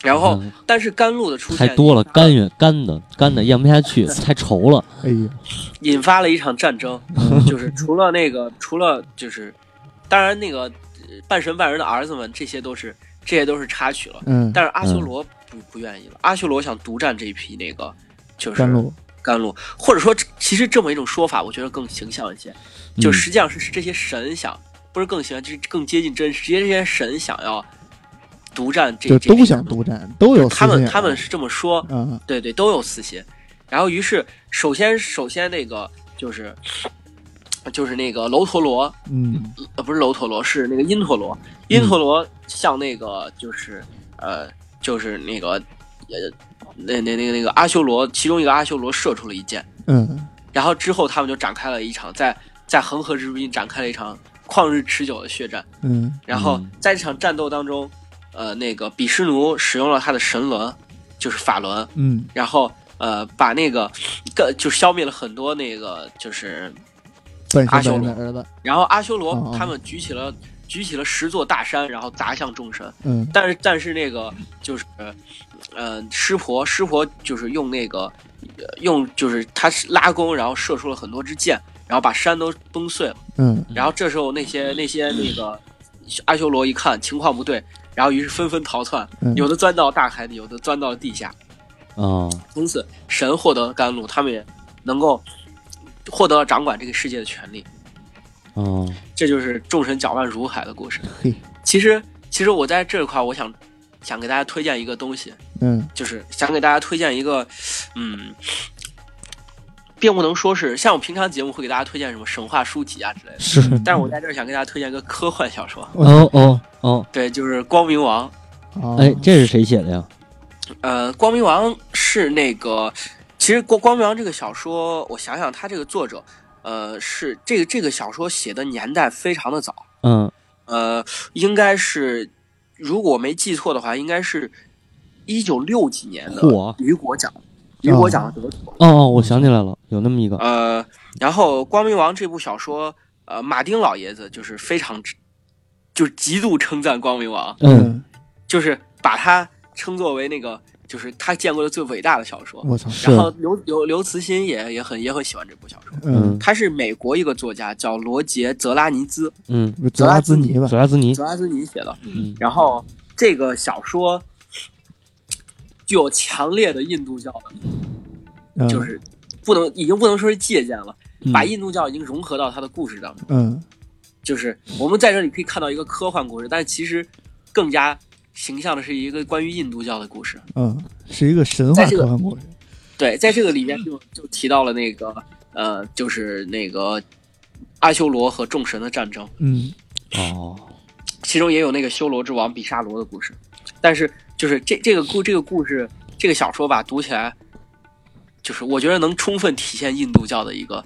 C: 然后
B: 嗯
C: 但是甘露的出现
B: 太多了，
C: 引发
B: 干也干的干的咽不下去，太稠了。
A: 哎呦，
C: 引发了一场战争，
A: 嗯
C: 就是除了那个，除了就是，当然那个呃半神半人的儿子们，这些都是这些都是插曲了。
A: 嗯，
C: 但是阿修罗不、不愿意了，阿修罗想独占这一批那个就是
A: 甘露，
C: 甘露，或者说这其实这么一种说法，我觉得更形象一些，嗯
A: 嗯
C: 就实际上是这些神想，不是更形象，就是更接近真实，直接这些神想要独占这，
A: 就
C: 这批
A: 都想
C: 人
A: 独占，都有
C: 他
A: 私
C: 们
A: 心啊
C: 他们是这么说，
A: 嗯
C: 对对，都有私心。然后于是首先首先那个就是就是那个楼陀罗，
A: 嗯
C: 呃，不是楼陀罗，是那个因陀罗。因陀罗向那个就是呃就是那个呃那那那个那个阿修罗，其中一个阿修罗射出了一箭，
A: 嗯
C: 然后之后他们就展开了一场在在恒河之滨展开了一场旷日持久的血战。
A: 嗯
C: 然后
B: 嗯
C: 在这场战斗当中，呃，那个比湿奴使用了他的神轮，就是法轮，
A: 嗯
C: 然后呃，把那个个就消灭了很多那个就是，
A: 半
C: 阿
A: 神
C: 修
A: 半
C: 罗
A: 人的儿子，
C: 然后阿修
A: 哦
C: 罗
A: 哦
C: 他们举起了举起了十座大山，然后砸向众神，
A: 嗯
C: 但是但是那个就是，呃，湿婆湿婆就是用那个呃用就是他是拉弓，然后射出了很多支箭，然后把山都崩碎了。
A: 嗯
C: 然后这时候那些那些那个阿修罗一看情况不对，然后于是纷纷逃窜，
A: 嗯，
C: 有的钻到大海里，有的钻到地下。
B: 啊，
C: 从此神获得了甘露，他们也能够获得了掌管这个世界的权利。
B: 哦，
C: 这就是众神搅拌如海的故事。
A: 嘿，
C: 其实，其实我在这块儿，我想想给大家推荐一个东西，
A: 嗯
C: 就是想给大家推荐一个，嗯，并不能说是像我平常节目会给大家推荐什么神话书籍啊之类的，
B: 是，
C: 但是我在这儿想给大家推荐一个科幻小说，
B: 哦哦哦，
C: 对，就是《光明王》。
A: 哦
B: 哎，这是谁写的呀？
C: 呃，《光明王》是那个，其实《光光明王》这个小说，我想想，他这个作者，呃，是这个这个小说写的年代非常的早，
B: 嗯
C: 呃，应该是，如果我没记错的话，应该是一九六几年的
B: 嚯
C: 雨果奖，雨果奖的得主。
B: 哦哦，我想起来了，有那么一个，
C: 呃，然后《光明王》这部小说，呃，马丁老爷子就是非常之，就是极度称赞《光明王》，
B: 嗯，
C: 就是把他称作为那个，就是他见过的最伟大的小说。
A: 我操，
B: 嗯是
C: 然后刘刘刘慈欣也也很也很喜欢这部小说，
A: 嗯，
C: 他是美国一个作家叫罗杰·泽拉尼兹，
B: 嗯，
A: 泽拉兹尼吧，
B: 索拉兹尼，
C: 泽拉兹尼写的。
B: 嗯
C: 然后这个小说具有强烈的印度教的，
A: 嗯
C: 就是不能已经不能说是借鉴了，
B: 嗯
C: 把印度教已经融合到他的故事当中。
A: 嗯
C: 就是我们在这里可以看到一个科幻故事，但其实更加形象的是一个关于印度教的故事。
A: 嗯，是一个神话
C: 在这个
A: 科幻故事，
C: 对，在这个里面就就提到了那个呃，就是那个阿修罗和众神的战争，
A: 嗯
B: 哦，
C: 其中也有那个修罗之王比沙罗的故事。但是就是这这个故这个故事这个小说吧，读起来就是我觉得能充分体现印度教的一个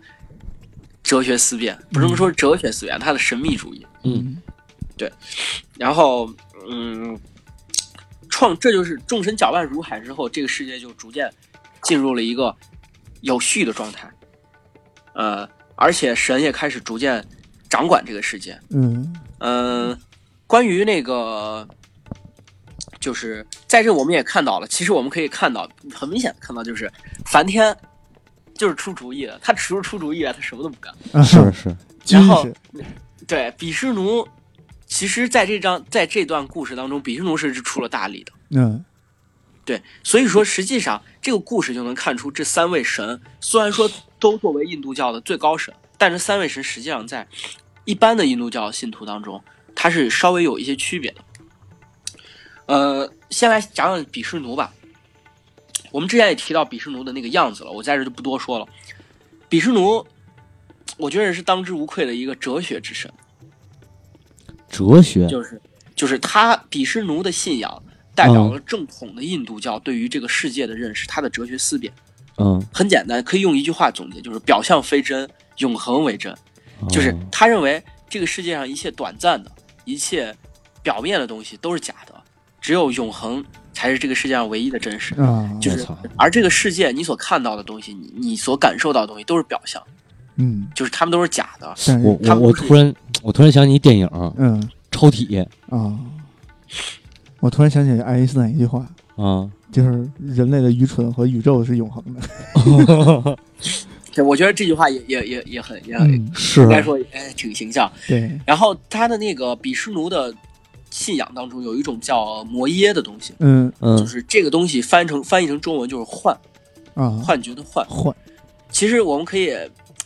C: 哲学思辨，不能说是哲学思辨，它的神秘主义。
B: 嗯
C: 然后嗯，创这就是众神搅拌如海之后，这个世界就逐渐进入了一个有序的状态，呃，而且神也开始逐渐掌管这个世界。
A: 嗯
C: 嗯、关于那个就是在这我们也看到了，其实我们可以看到，很明显的看到就是梵天就是出主意的，他除了出主意外，他什么都不干。
A: 嗯
B: 是是，
A: 真
C: 然后
A: 是
C: 对，比湿奴，其实在这张在这段故事当中，比湿奴是出了大力的。
A: 嗯
C: 对，所以说实际上这个故事就能看出，这三位神虽然说都作为印度教的最高神，但这三位神实际上在一般的印度教信徒当中，它是稍微有一些区别的。呃，先来讲讲比湿奴吧。我们之前也提到比湿奴的那个样子了，我在这就不多说了。比湿奴，我觉得是当之无愧的一个哲学之神。
B: 哲学
C: 就是就是他比湿奴的信仰代表了正统的印度教对于这个世界的认识，他的哲学思辨
B: 嗯，
C: 很简单，可以用一句话总结，就是表象非真，永恒为真。就是
B: 哦
C: 他认为这个世界上一切短暂的、一切表面的东西都是假的，只有永恒才是这个世界上唯一的真实。
A: 啊，
C: 就
B: 我
C: 是
B: 操
C: 而这个世界你所看到的东西，你你所感受到的东西都是表象，
A: 嗯，
C: 就是他们都是假的。
A: 但
B: 我
A: 是
C: 他
B: 我
C: 们
B: 我
C: 不是
B: 突然我突然想起一电影《
A: 嗯
B: 超体》
A: 啊，我突然想起爱因斯坦一句话，
B: 啊，
A: 就是人类的愚蠢和宇宙是永恒的。
C: 对，我觉得这句话也也也也很也很，
A: 嗯，
B: 是啊
C: 应该说哎挺形象。
A: 对，
C: 然后他的那个比湿奴的信仰当中有一种叫摩耶的东西，
A: 嗯
B: 嗯
C: 就是这个东西翻成翻译成中文就是幻，
A: 啊，
C: 幻觉的幻。
A: 换，
C: 其实我们可以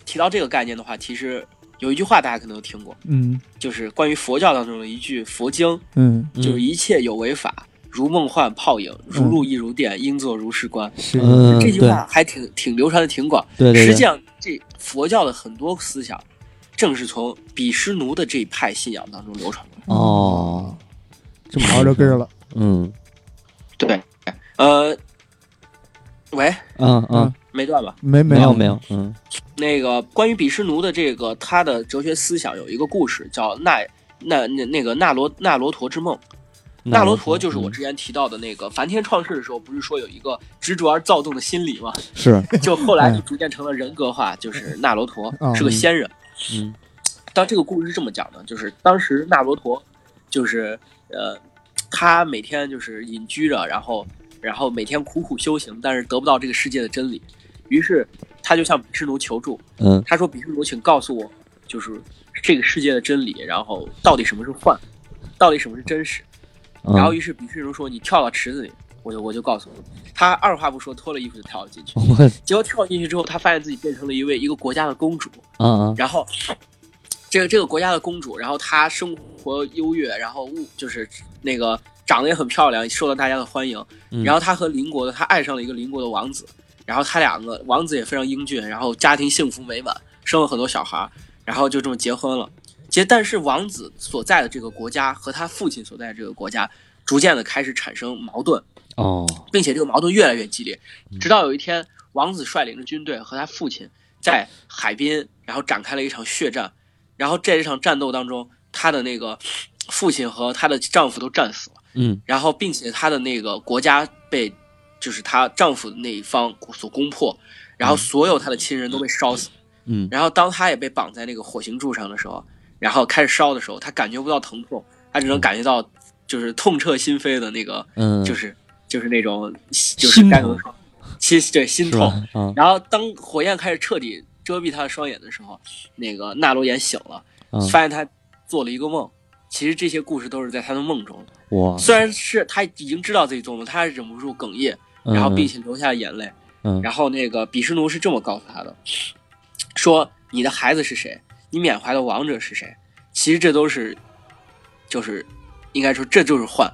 C: 提到这个概念的话，其实有一句话大家可能都听过，
A: 嗯
C: 就是关于佛教当中的一句佛经，
A: 嗯，
C: 就是一切有为法，如梦幻泡影，如露亦如电，应作如是观。
A: 是，
B: 嗯
C: 这句话还挺挺流传的挺广。
B: 对对
C: 实际
B: 对，
C: 上，这佛教的很多思想，正是从比湿奴的这一派信仰当中流传过来的。
B: 哦，
A: 这么着就根儿了。
B: 嗯
C: 对，呃，喂，
B: 嗯嗯，
C: 没断吧？
A: 没
B: 没
A: 有
B: 有没有，嗯
C: 那个关于比湿奴的这个他的哲学思想有一个故事叫纳那那那个那罗那罗陀之梦。那罗陀就是我
B: 嗯
C: 之前提到的那个梵天创世的时候，不是说有一个执着而躁动的心理吗？
B: 是
C: 就后来就逐渐成了人格化，就是那罗陀
A: 嗯
C: 是个仙人。
B: 嗯
C: 当这个故事是这么讲的，就是当时纳罗陀，就是呃，他每天就是隐居着，然后然后每天苦苦修行，但是得不到这个世界的真理，于是他就向比湿奴求助，
B: 嗯
C: 他说：“比湿奴，请告诉我，就是这个世界的真理，然后到底什么是幻，到底什么是真实。”
B: 嗯，
C: 然后于是比湿奴说：“你跳到池子里。”我就我就告诉你，他二话不说脱了衣服就跳了进去，
B: 我
C: 结果跳进去之后，他发现自己变成了一位一个国家的公主，
B: 啊啊
C: 然后这个这个国家的公主，然后她生活优越，然后物就是那个长得也很漂亮，受到大家的欢迎。
B: 嗯
C: 然后她和邻国的，她爱上了一个邻国的王子，然后他两个王子也非常英俊，然后家庭幸福美满，生了很多小孩儿，然后就这么结婚了。结但是王子所在的这个国家和他父亲所在的这个国家，逐渐的开始产生矛盾，
B: 哦
C: 并且这个矛盾越来越激烈，直到有一天，王子率领着军队和他父亲在海滨，然后展开了一场血战，然后在这场战斗当中，他的那个父亲和她的丈夫都战死了，
B: 嗯
C: 然后并且她的那个国家被就是她丈夫的那一方所攻破，然后所有她的亲人都被烧死，
B: 嗯
C: 然后当她也被绑在那个火刑柱上的时候，然后开始烧的时候，她感觉不到疼痛，她只能感觉到就是痛彻心扉的那个。
B: 嗯，
C: 就是就是那种就是
B: 心
C: 该怎么
B: 痛
C: 说，心对心
B: 是
C: 痛
B: 吧。？啊
C: 然后当火焰开始彻底遮蔽他的双眼的时候，那个纳罗眼醒了，
B: 啊，
C: 发现他做了一个梦。其实这些故事都是在他的梦中，
B: 我
C: 虽然是他已经知道自己做梦，他还忍不住哽咽，然后并且流下了眼泪。
B: 嗯
C: 然后那个比什奴是这么告诉他的，说你的孩子是谁，你缅怀的王者是谁，其实这都是，就是应该说这就是幻，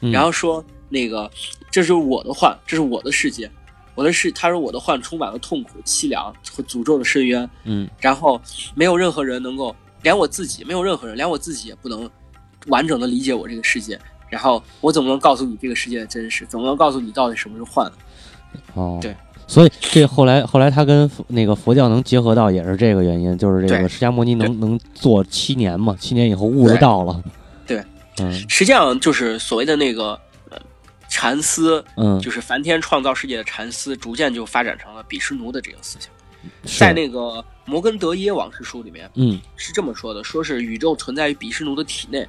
B: 嗯
C: 然后说那个这是我的幻，这是我的世界，我的世，他说我的幻充满了痛苦、凄凉和诅咒的深渊，
B: 嗯
C: 然后没有任何人能够，连我自己，没有任何人，连我自己也不能完整的理解我这个世界。然后我怎么能告诉你这个世界的真实？怎么能告诉你到底什么是幻呢？
B: 哦
C: 对。
B: 所以这后来后来他跟佛那个佛教能结合到，也是这个原因，就是这个
C: 对
B: 释迦牟尼
C: 对
B: 能能做七年嘛，七年以后悟
C: 对
B: 着道了。
C: 对，
B: 嗯
C: 实际上就是所谓的那个呃禅思，
B: 嗯，
C: 就是梵天创造世界的禅思，逐渐就发展成了比湿奴的这个思想。
B: 是
C: 在那个摩根德耶往事书里面，
B: 嗯
C: 是这么说的：说是宇宙存在于比湿奴的体内，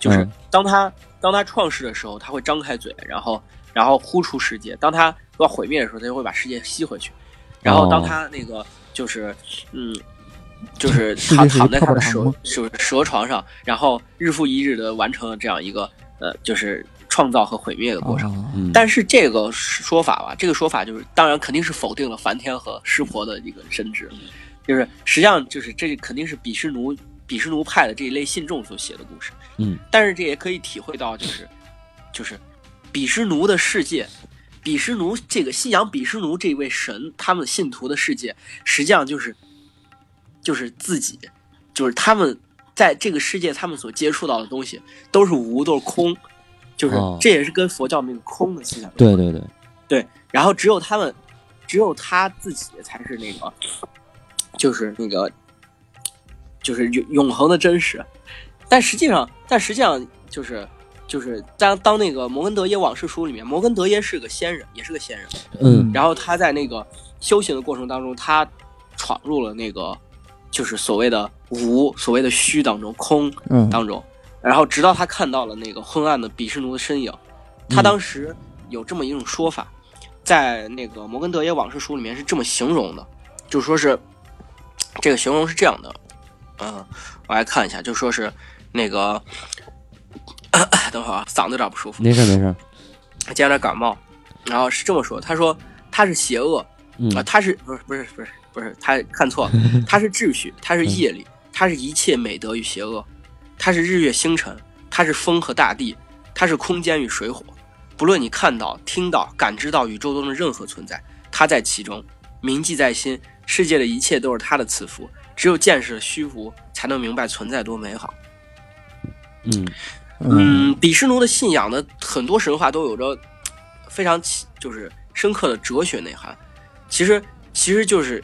C: 就是
B: 嗯
C: 当他当他创世的时候，他会张开嘴，然后然后呼出世界；当他要毁灭的时候，他就会把世界吸回去。然后
A: 哦
B: 哦
C: 当他那个就是嗯，就是
A: 世界
C: 躺
A: 是一
C: 躺在
A: 泡
C: 他
A: 泡
C: 的
A: 糖
C: 蛇
A: 吗
C: 蛇蛇床上，然后日复一日的完成了这样一个呃，就是创造和毁灭的过程。
A: 啊
B: 嗯，
C: 但是这个说法吧，这个说法就是，当然肯定是否定了梵天和湿婆的一个神
B: 嗯
C: 职，就是实际上就是这肯定是比湿奴比湿奴派的这一类信众所写的故事。
B: 嗯，
C: 但是这也可以体会到，就是就是比湿奴的世界，比湿奴这个信仰比湿奴这位神，他们信徒的世界，实际上就是就是自己，就是他们在这个世界他们所接触到的东西都是无，都是空。就是
B: 哦，
C: 这也是跟佛教那个空的思想有
B: 对
C: 关
B: 对对，
C: 对，然后只有他们，只有他自己才是那个，就是那个，就是永永恒的真实。但实际上，但实际上就是就是当当那个摩根德耶往事书里面，摩根德耶是个仙人，也是个仙人。
B: 嗯
C: 然后他在那个修行的过程当中，他闯入了那个就是所谓的无、所谓的虚当中、空
A: 嗯
C: 当中，然后直到他看到了那个昏暗的比什奴的身影，他
B: 嗯
C: 当时有这么一种说法，在那个《摩根德耶往事书》里面是这么形容的，就说是这个形容是这样的，嗯，我来看一下，就说是那个， 等会儿啊，嗓子有点不舒服，
B: 没事没事，
C: 今天有点感冒，然后是这么说，他说他是邪恶，
B: 嗯
C: 啊，它是不是不是不是不是，他看错了，它是秩序，它是夜里，它是一切美德与邪恶，它是日月星辰，它是风和大地，它是空间与水火。不论你看到、听到、感知到宇宙中的任何存在，它在其中，铭记在心。世界的一切都是它的赐福，只有见识了虚无，才能明白存在多美好。
B: 嗯
A: 嗯
C: 嗯，比什奴的信仰呢，很多神话都有着非常奇就是深刻的哲学内涵。其实，其实就是，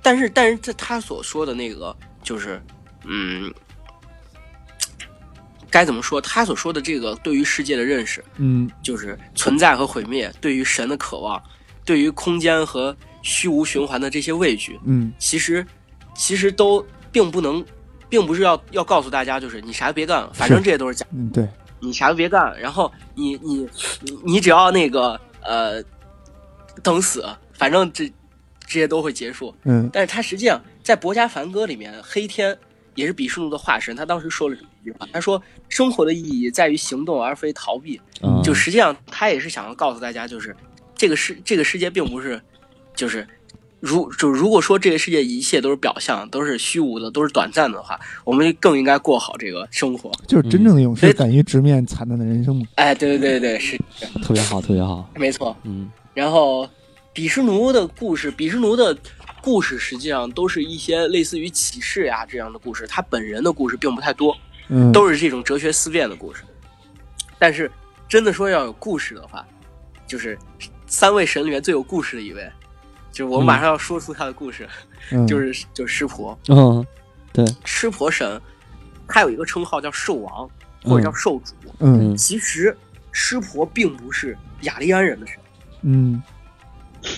C: 但是，但是在他所说的那个，就是，嗯，该怎么说？他所说的这个对于世界的认识，
A: 嗯
C: 就是存在和毁灭，对于神的渴望，对于空间和虚无循环的这些畏惧，
A: 嗯
C: 其实其实都并不能，并不是要要告诉大家，就是你啥都别干了，反正
A: 是
C: 这些都是假的。
A: 嗯，对，
C: 你啥都别干，然后你你你你只要那个呃等死，反正这这些都会结束。
A: 嗯
C: 但是他实际上在《博家梵歌》里面，黑天也是比什奴的化身，他当时说了这么一句话，他说生活的意义在于行动而非逃避。
B: 啊
C: 嗯就实际上他也是想要告诉大家，就是这个世这个世界并不是，就是如就如果说这个世界一切都是表象，都是虚无的，都是短暂的话，我们更应该过好这个生活。
A: 就是真正的勇
C: 所
A: 士
C: 以
A: 敢于直面惨淡的人生嘛。
C: 哎，对对对对，是
B: 特别好特别好，
C: 没错。
B: 嗯
C: 然后，比什奴的故事，比什奴的故事实际上都是一些类似于启示呀这样的故事，他本人的故事并不太多，
A: 嗯，
C: 都是这种哲学思辨的故事。但是，真的说要有故事的话，就是三位神里面最有故事的一位，就是我们马上要说出他的故事，
A: 嗯
C: 就是就是湿婆，
B: 嗯对，
C: 湿婆神，他有一个称号叫兽王或者叫兽主。
A: 嗯
C: 其实，湿婆并不是雅利安人的神，
A: 嗯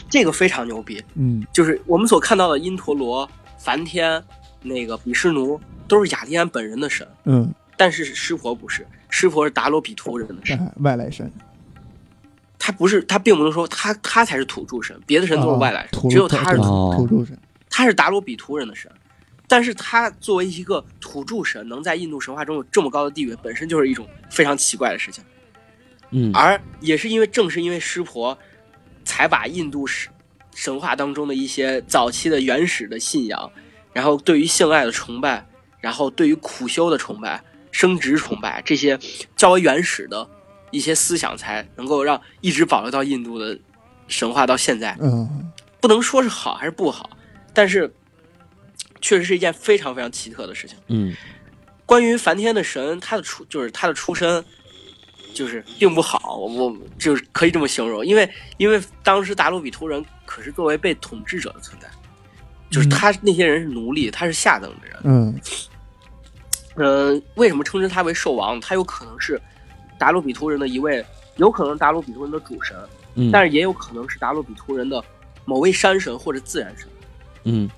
C: 这个非常牛逼。
A: 嗯
C: 就是我们所看到的因陀罗、梵天、那个比湿奴，都是雅利安本人的神，
A: 嗯，
C: 但是湿婆不是，湿婆是达罗比图人的神，
A: 哎外来神，
C: 他不是，他并不能说他他才是土著神，别的神都是外来
A: 啊土
C: 神，只有他是哦
B: 土
C: 土
A: 土著神。
C: 他是达罗比图人的神，但是他作为一个土著神，能在印度神话中有这么高的地位，本身就是一种非常奇怪的事情。
B: 嗯
C: 而也是因为正是因为湿婆，才把印度神神话当中的一些早期的原始的信仰，然后对于性爱的崇拜，然后对于苦修的崇拜、生殖崇拜这些较为原始的一些思想，才能够让一直保留到印度的神话到现在。
A: 嗯
C: 不能说是好还是不好，但是确实是一件非常非常奇特的事情。
B: 嗯
C: 关于梵天的神，他的出就是他的出身，就是并不好，我我就是可以这么形容，因为因为当时达鲁比图人可是作为被统治者的存在，就是他那些人是奴隶，他是下等的人。
A: 嗯
C: 嗯、为什么称之他为兽王？他有可能是达鲁比图人的一位，有可能达鲁比图人的主神，
B: 嗯，
C: 但
B: 是
C: 是也有可能是达鲁比图人的某位山神或者自然神
B: 嗯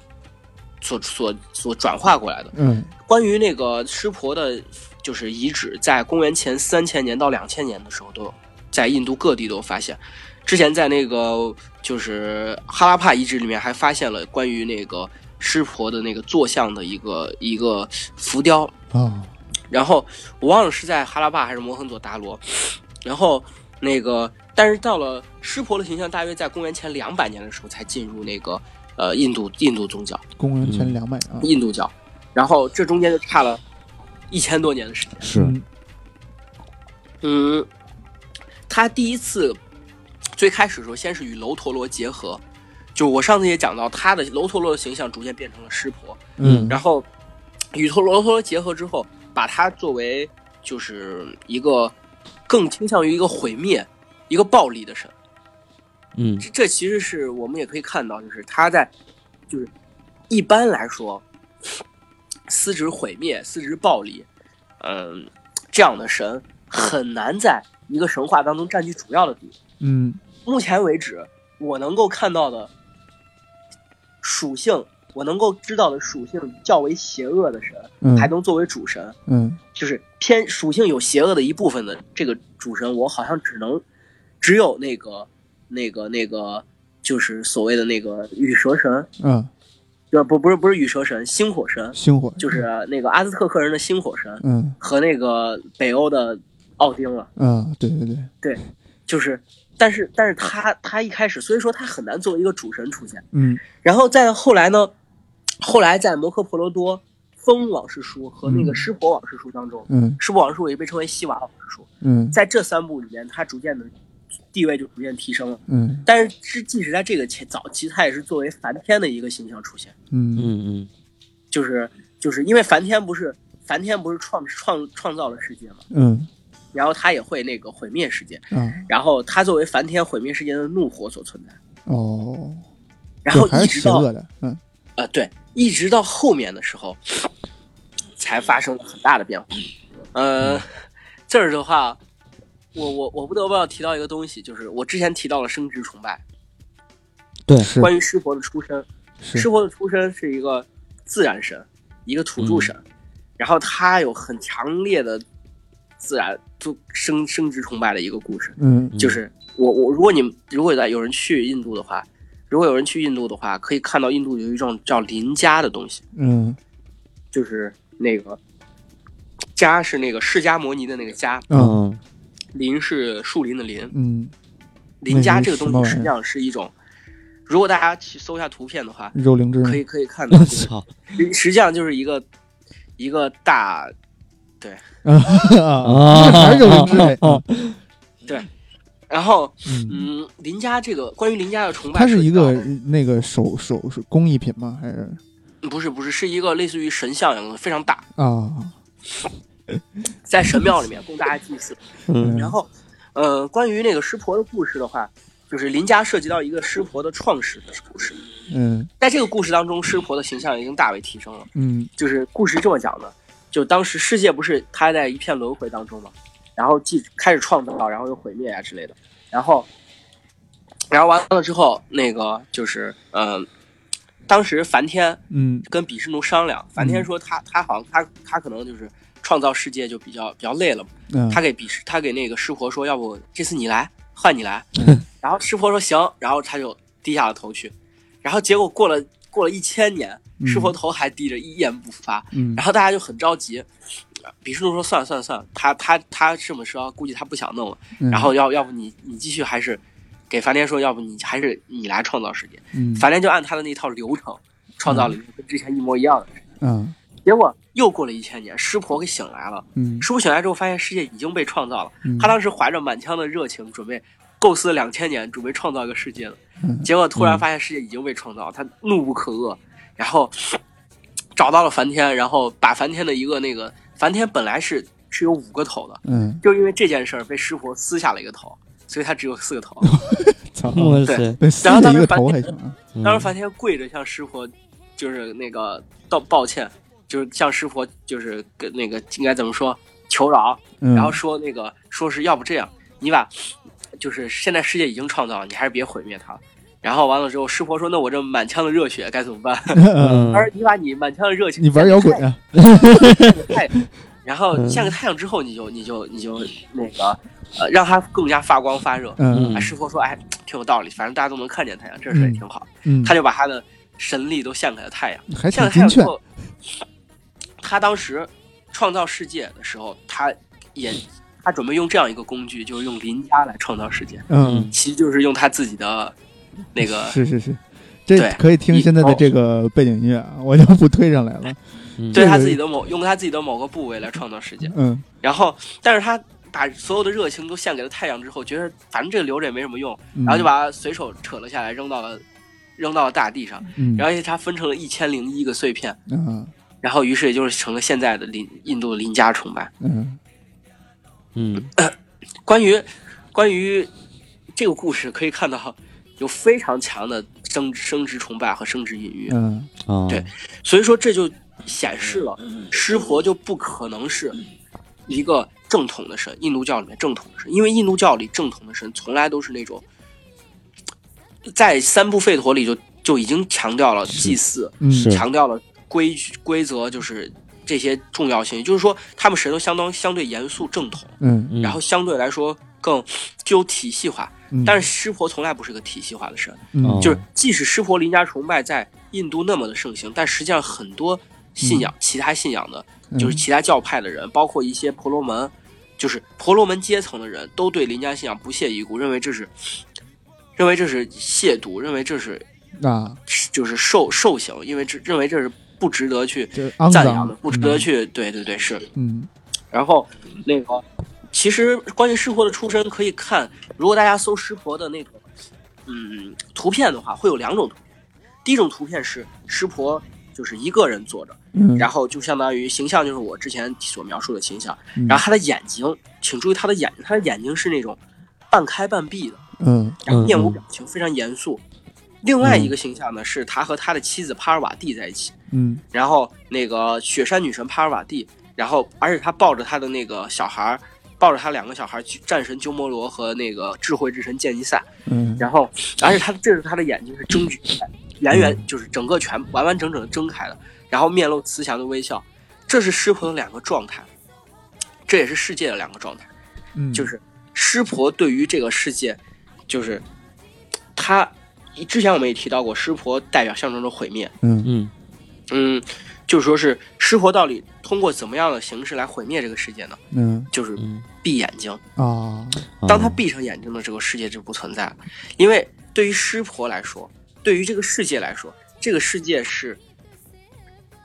C: 所所所转化过来的。
A: 嗯
C: 关于那个湿婆的就是遗址在公元前三千年到两千年的时候都有，在印度各地都有发现。之前在那个就是哈拉帕遗址里面还发现了关于那个湿婆的那个坐像的一个一个浮雕，
A: 啊，
C: 然后我忘了是在哈拉帕还是摩亨佐达罗，然后那个，但是到了湿婆的形象，大约在公元前两百年的时候才进入那个呃印度印度宗教
A: 公元前
B: 嗯
A: 两百啊，
C: 印度教，然后这中间就差了一千多年的时间。
B: 是
A: 嗯
C: 嗯，他第一次最开始的时候，先是与楼陀罗结合，就我上次也讲到，他的楼陀罗的形象逐渐变成了湿婆，
A: 嗯，
C: 然后与陀罗陀罗结合之后，把它作为就是一个更倾向于一个毁灭、一个暴力的神。
B: 嗯
C: 这这其实是我们也可以看到，就是他在就是一般来说，司职毁灭、司职暴力，嗯，这样的神很难在一个神话当中占据主要的地位。
A: 嗯
C: 目前为止，我能够看到的属性，我能够知道的属性较为邪恶的神，
A: 嗯
C: 还能作为主神，
A: 嗯
C: 就是偏属性有邪恶的一部分的这个主神，我好像只能只有那个那个那个，就是所谓的那个羽蛇神，
A: 嗯，
C: 呃，不不是不是羽蛇神，星火神，
A: 星火
C: 就是那个阿兹特克人的星火神
A: 嗯
C: 和那个北欧的奥丁了。
A: 嗯，对对对，
C: 就是，但是但是他他一开始，所以说他很难作为一个主神出现。
A: 嗯
C: 然后再后来呢，后来在摩诃婆罗多风往事书和那个
A: 嗯
C: 湿婆往事书当中，
A: 嗯
C: 湿婆往事书也被称为西瓦往事书，
A: 嗯
C: 在这三部里面，他逐渐的地位就逐渐提升了。
A: 嗯
C: 但是之即使在这个前早期，他也是作为梵天的一个形象出现，
A: 嗯
B: 嗯嗯
C: 就是就是因为梵天不是梵天不是创创创造了世界嘛，
A: 嗯
C: 然后他也会那个毁灭世界，
A: 啊
C: 然后他作为梵天毁灭世界的怒火所存在。
A: 哦，
C: 然后
A: 就还
C: 一
A: 是
C: 直
A: 邪
C: 到
A: 恶的，嗯
C: 呃，对，一直到后面的时候，才发生了很大的变化。呃，这儿的话，我我我不得不要提到一个东西，就是我之前提到了生殖崇拜，
B: 对
A: 是
C: 关于湿婆的出身，湿
A: 是
C: 婆的出身是一个自然神，一个土著神，然后他有很强烈的自然就生生殖崇拜的一个故事。
A: 嗯
B: 嗯
C: 就是我我如果你们如果在有人去印度的话，如果有人去印度的话，可以看到印度有一种叫邻家的东西，
A: 嗯
C: 就是那个家是那个释迦摩尼的那个家，
A: 嗯
B: 嗯
C: 林是树林的林，
A: 嗯，
C: 林家
A: 那
C: 这
A: 是什
C: 个
A: 么
C: 东
A: 玩
C: 西
A: 意儿
C: 实际上是一种，如果大家去搜一下图片的话，
A: 肉灵芝
C: 可以可以看到
B: 我
C: 这个，
B: 操
C: 实实际上就是一个一个大
A: 啊啊，还是肉灵芝哎，
C: 然后，
A: 嗯，
C: 嗯，林家这个关于林家的崇拜，
A: 它是一个那个手手手工艺品吗？还是
C: 嗯不是不是是一个类似于神像一样的东西，非常大，
A: 啊？
C: 在神庙里面供大家祭祀。
B: 嗯
C: 然后，呃，关于那个湿婆的故事的话，就是林家涉及到一个湿婆的创始的故事。
A: 嗯
C: 在这个故事当中，湿婆的形象已经大为提升了。
A: 嗯
C: 就是故事这么讲的，就当时世界不是他在一片轮回当中嘛，然后既开始创造，然后又毁灭啊之类的，然后，然后完了之后，那个就是嗯、呃当时梵天
A: 嗯
C: 跟比湿奴商量，梵天说他他好像他他可能就是创造世界就比较比较累了嘛，
A: 嗯，
C: 他给比湿他给那个湿婆说，要不这次你来，换你来
A: 嗯，
C: 然后湿婆说行，然后他就低下了头去，然后结果过了过了一千年，湿婆头还低着，一言不发。
A: 嗯
C: 然后大家就很着急。比什奴说：“算了算了算了，他他他这么说，估计他不想弄了。
A: 嗯
C: 然后要要不你你继续还是给梵天说，要不你还是你来创造世界。
A: 嗯
C: 梵天就按他的那套流程创造了一个跟之前一模一样的。
A: 嗯
C: 结果又过了一千年，湿婆给醒来了。
A: 嗯
C: 师傅醒来之后，发现世界已经被创造了。
A: 嗯
C: 他当时怀着满腔的热情，准备构思了两千年，准备创造一个世界的
A: 嗯，
C: 结果突然发现世界已经被创造了，他怒不可遏，然后找到了梵天，然后把梵天的一个那个梵天本来是是有五个头的，
A: 嗯，
C: 就因为这件事儿被师婆撕下了一个头，所以他只有四 个头。
A: 操，
B: 哇塞，
A: 对，撕了一个头还行啊，
C: 当时
B: 嗯
C: 梵天跪着向师婆，就是那个道抱歉，就是向师婆就是跟那个应该怎么说求饶，
A: 嗯，
C: 然后说那个说是要不这样，你把就是现在世界已经创造了，你还是别毁灭它。然后完了之后，师婆说：“那我这满腔的热血 该怎么办？”
A: 嗯
C: 而你把你满腔的热情，
A: 你玩摇滚啊？
C: 太然后
B: 嗯
C: 见个太阳之后，你就你就你就那个呃，让它更加发光发热。
A: 嗯
C: 啊，师傅说，哎，挺有道理，反正大家都能看见太阳，这事儿也挺好。
A: 嗯，
C: 他就把他的神力都献给了太阳。
A: 还挺
C: 献给太
A: 金
C: 阳之
A: 券，
C: 后，他当时创造世界的时候，他也他准备用这样一个工具，就是用邻家来创造世界，
A: 嗯，
C: 其实就是用他自己的那个
A: 是是是，这
C: 对哦
A: 可以听现在的这个背景音乐 啊，我就不推上来了。
B: 嗯
C: 对
A: 这
C: 他
A: 个
C: 自己的某用他自己的某个部位来创造世界。
A: 嗯
C: 然后，但是他把所有的热情都献给了太阳之后，觉得反正这个留着也没什么用，
A: 嗯，
C: 然后就把它随手扯了下来，扔到了扔到了大地上。
A: 嗯，
C: 然后它分成了一千零一个碎片，
A: 嗯
C: 然后于是也就是成了现在的邻印度的邻家崇拜。
A: 嗯
B: 嗯
C: 关于关于这个故事，可以看到有非常强的生生殖崇拜和生殖隐喻，
A: 嗯
B: 啊，
C: 对所以说这就显示了湿婆就不可能是一个正统的神，印度教里面正统的神，因为印度教里正统的神从来都是那种在三部吠陀里就就已经强调了祭祀，
A: 嗯，
B: 是
C: 强调了规矩规则，就是这些重要性，也就是说他们神都相当相对严肃正统，
A: 嗯，
B: 嗯
C: 然后相对来说更具有体系化，
A: 嗯
C: 但是湿婆从来不是个体系化的神。
A: 嗯
B: 哦
C: 就是即使湿婆林家崇拜在印度那么的盛行，但实际上很多信
A: 嗯
C: 仰、其他信仰的，就是其他教派的人，包括一些婆罗门，就是婆罗门阶层的人，都对林家信仰不屑一顾，认为这是，认为这是亵渎，认为这是
A: 啊，
C: 就是受受刑，因为这认为这是不值得去
A: 就是肮
C: 赞扬
A: 脏
C: 的，不值得，去，对对对，是。
A: 嗯
C: 然后那个，其实关于湿婆的出身可以看，如果大家搜湿婆的那个嗯图片的话，会有两种图片。第一种图片是湿婆就是一个人坐着，
A: 嗯，
C: 然后就相当于形象就是我之前所描述的形象，
A: 嗯
C: 然后他的眼睛，请注意他的眼睛，他的眼睛是那种半开半闭的，
A: 嗯
C: 然后面无
B: 嗯嗯
C: 表情，非常严肃。另外一个形象呢，是他和他的妻子帕尔瓦蒂在一起，
A: 嗯
C: 然后那个雪山女神帕尔瓦蒂，然后而且她抱着她的那个小孩儿，抱着她两个小孩儿，战神鸠摩罗和那个智慧之神剑尼赛，
A: 嗯，
C: 然后而且她这是她的眼睛是睁举开，圆圆就是整个全完完整整的睁开的，然后面露慈祥的微笑，这是湿婆的两个状态，这也是世界的两个状态，
A: 嗯
C: 就是湿婆对于这个世界，就是他之前我们也提到过，湿婆代表象征着毁灭，
A: 嗯
B: 嗯
C: 嗯，就是说是湿婆到底通过怎么样的形式来毁灭这个世界呢？
A: 嗯
C: 就是
B: 嗯，
C: 闭眼睛。
A: 啊，
B: 啊
C: 当他闭上眼睛的这个世界就不存在了，因为对于湿婆来说，对于这个世界来说，这个世界是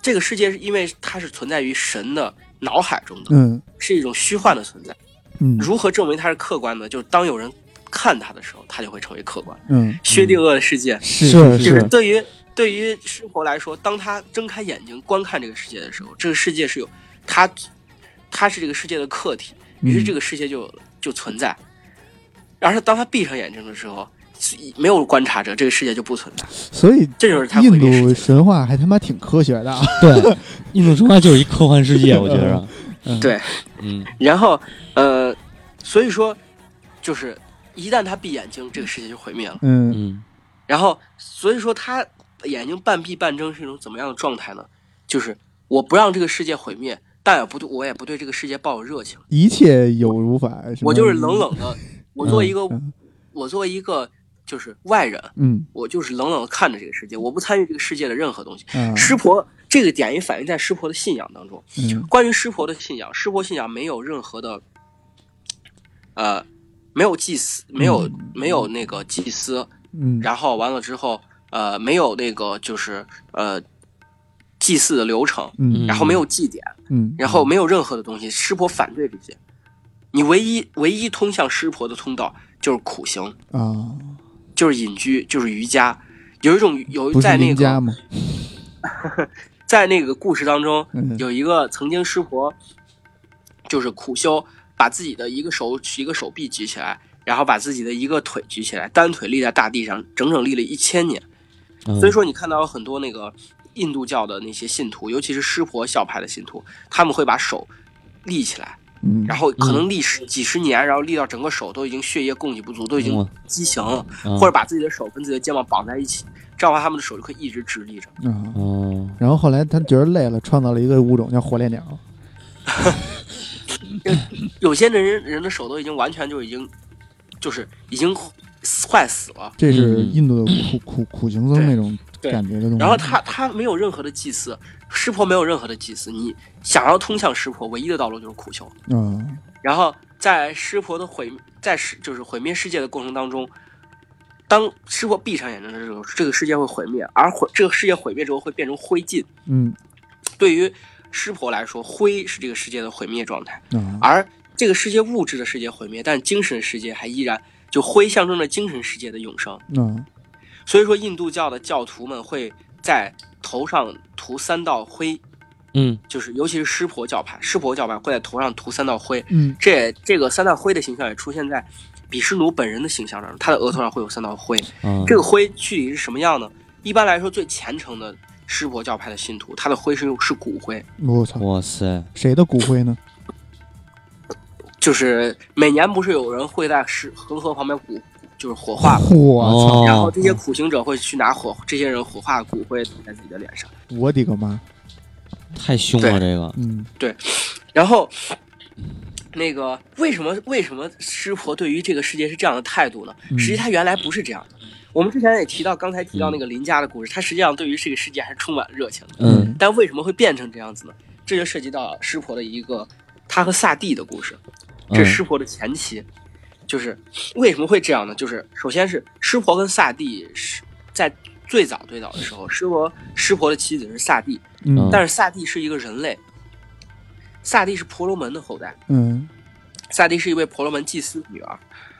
C: 这个世界，是因为它是存在于神的脑海中的，
A: 嗯
C: 是一种虚幻的存在。
A: 嗯
C: 如何证明它是客观的？就是当有人看它的时候，它就会成为客观。
A: 嗯，
C: 薛定谔的世界
A: 是
B: 是
C: 就是对于对于湿婆来说，当他睁开眼睛观看这个世界的时候，这个世界是有他，他是这个世界的客体，于是这
A: 个
C: 个世界就就存在。然后当他闭上眼睛的时候，没有观察者，这个世界就不存在。
A: 所以。
C: 这就是他毁
A: 印
C: 灭世
A: 度
C: 界。
A: 神话还他妈挺科学的啊！
B: 对印度神话就是一科幻世界，我觉着，
C: 对，
B: 嗯
C: 然后呃，所以说就是一旦他闭眼睛，这个世界就毁灭了。
A: 嗯
B: 嗯
C: 然后所以说他眼睛半闭半睁是一种怎么样的状态呢？就是我不让这个世界毁灭，但也不对我也不对这个世界抱有热情，
A: 一切有如法，
C: 我就是冷冷的，我作为一个、
A: 嗯
C: 我作为一个就是外人，
A: 嗯
C: 我就是冷冷的看着这个世界，我不参与这个世界的任何东西。
A: 啊，
C: 湿婆这个点也反映在湿婆的信仰当中。
A: 嗯
C: 关于湿婆的信仰，湿婆信仰没有任何的，呃，没有祭司，没有、没有那个祭司，
A: 嗯，
C: 然后完了之后，呃，没有那个就是呃祭祀的流程，
A: 嗯
C: 然后没有祭典，
A: 嗯
C: 然后没有任何的东西。湿婆反对这些，你唯一唯一通向湿婆的通道就是苦行，
A: 啊，
C: 就是隐居，就是瑜伽。有一种有
A: 不是
C: 在那
A: 邻家
C: 个
A: 吗？
C: 在那个故事当中，
A: 嗯
C: 有一个曾经湿婆，就是苦修，把自己的一个手一个手臂举起来，然后把自己的一个腿举起来，单腿立在大地上，整整立了一千年。
B: 嗯，
C: 所以说，你看到有很多那个印度教的那些信徒，尤其是湿婆教派的信徒，他们会把手立起来，
A: 嗯，
C: 然后可能历时几十年，然后立到整个手都已经血液供给不足，都已经
B: 嗯
C: 畸形了，
B: 嗯
C: 或者把自己的手跟自己的肩膀绑在一起，这样的话他们的手就可以一直直立着。
A: 啊，
B: 哦
A: 然后后来他觉得累了，创造了一个物种叫火烈鸟。
C: 有些人人的手都已经完全就已经，就是已经坏死了。
A: 这是
B: 嗯
A: 印度的苦苦苦行僧那种
C: 对
A: 感觉的东西。
C: 然后他他没有任何的祭祀，湿婆没有任何的祭祀，你想要通向湿婆，唯一的道路就是苦修。
A: 嗯，
C: 然后在湿婆的毁在世就是毁灭世界的过程当中，当湿婆闭上眼睛的时候，这个世界会毁灭，而毁这个世界毁灭之后会变成灰烬。
A: 嗯
C: 对于湿婆来说，灰是这个世界的毁灭状态，
A: 啊，
C: 而这个世界物质的世界毁灭，但精神世界还依然。就灰象征着精神世界的永生，
A: 嗯
C: 所以说印度教的教徒们会在头上涂三道灰，
B: 嗯
C: 就是尤其是湿婆教派，湿婆教派会在头上涂三道灰，
A: 嗯
C: 这也这个三道灰的形象也出现在比湿奴本人的形象上，他的额头上会有三道灰。
B: 啊，
C: 这个灰具体是什么样呢？一般来说，最虔诚的湿婆教派的信徒，他的灰是用是骨灰，
A: 我操，
B: 嗯哇塞，
A: 谁的骨灰呢？
C: 就是每年不是有人会在石恒河旁边骨就是火化吗，
A: 我操，
B: 哦
C: 然后这些苦行者会去拿火这些人火化的骨灰涂在自己的脸上，
A: 我的个妈！
B: 太凶了
C: 对
B: 这个，
A: 嗯
C: 然后。那个为什么为什么湿婆对于这个世界是这样的态度呢？
A: 嗯
C: 实际他原来不是这样的。我们之前也提到，刚才提到那个林家的故事，他实际上对于这个世界还是充满热情的。
B: 嗯
C: 但为什么会变成这样子呢？这就涉及到湿婆的一个他和萨蒂的故事。这
B: 嗯
C: 是湿婆的前妻，就是为什么会这样呢？就是首先是湿婆跟萨蒂是在最早最早的时候，湿婆湿婆的妻子是萨蒂，
A: 嗯
C: 但是萨蒂是一个人类，萨蒂是婆罗门的后代，
A: 嗯
C: 萨蒂是一位婆罗门祭司的女儿，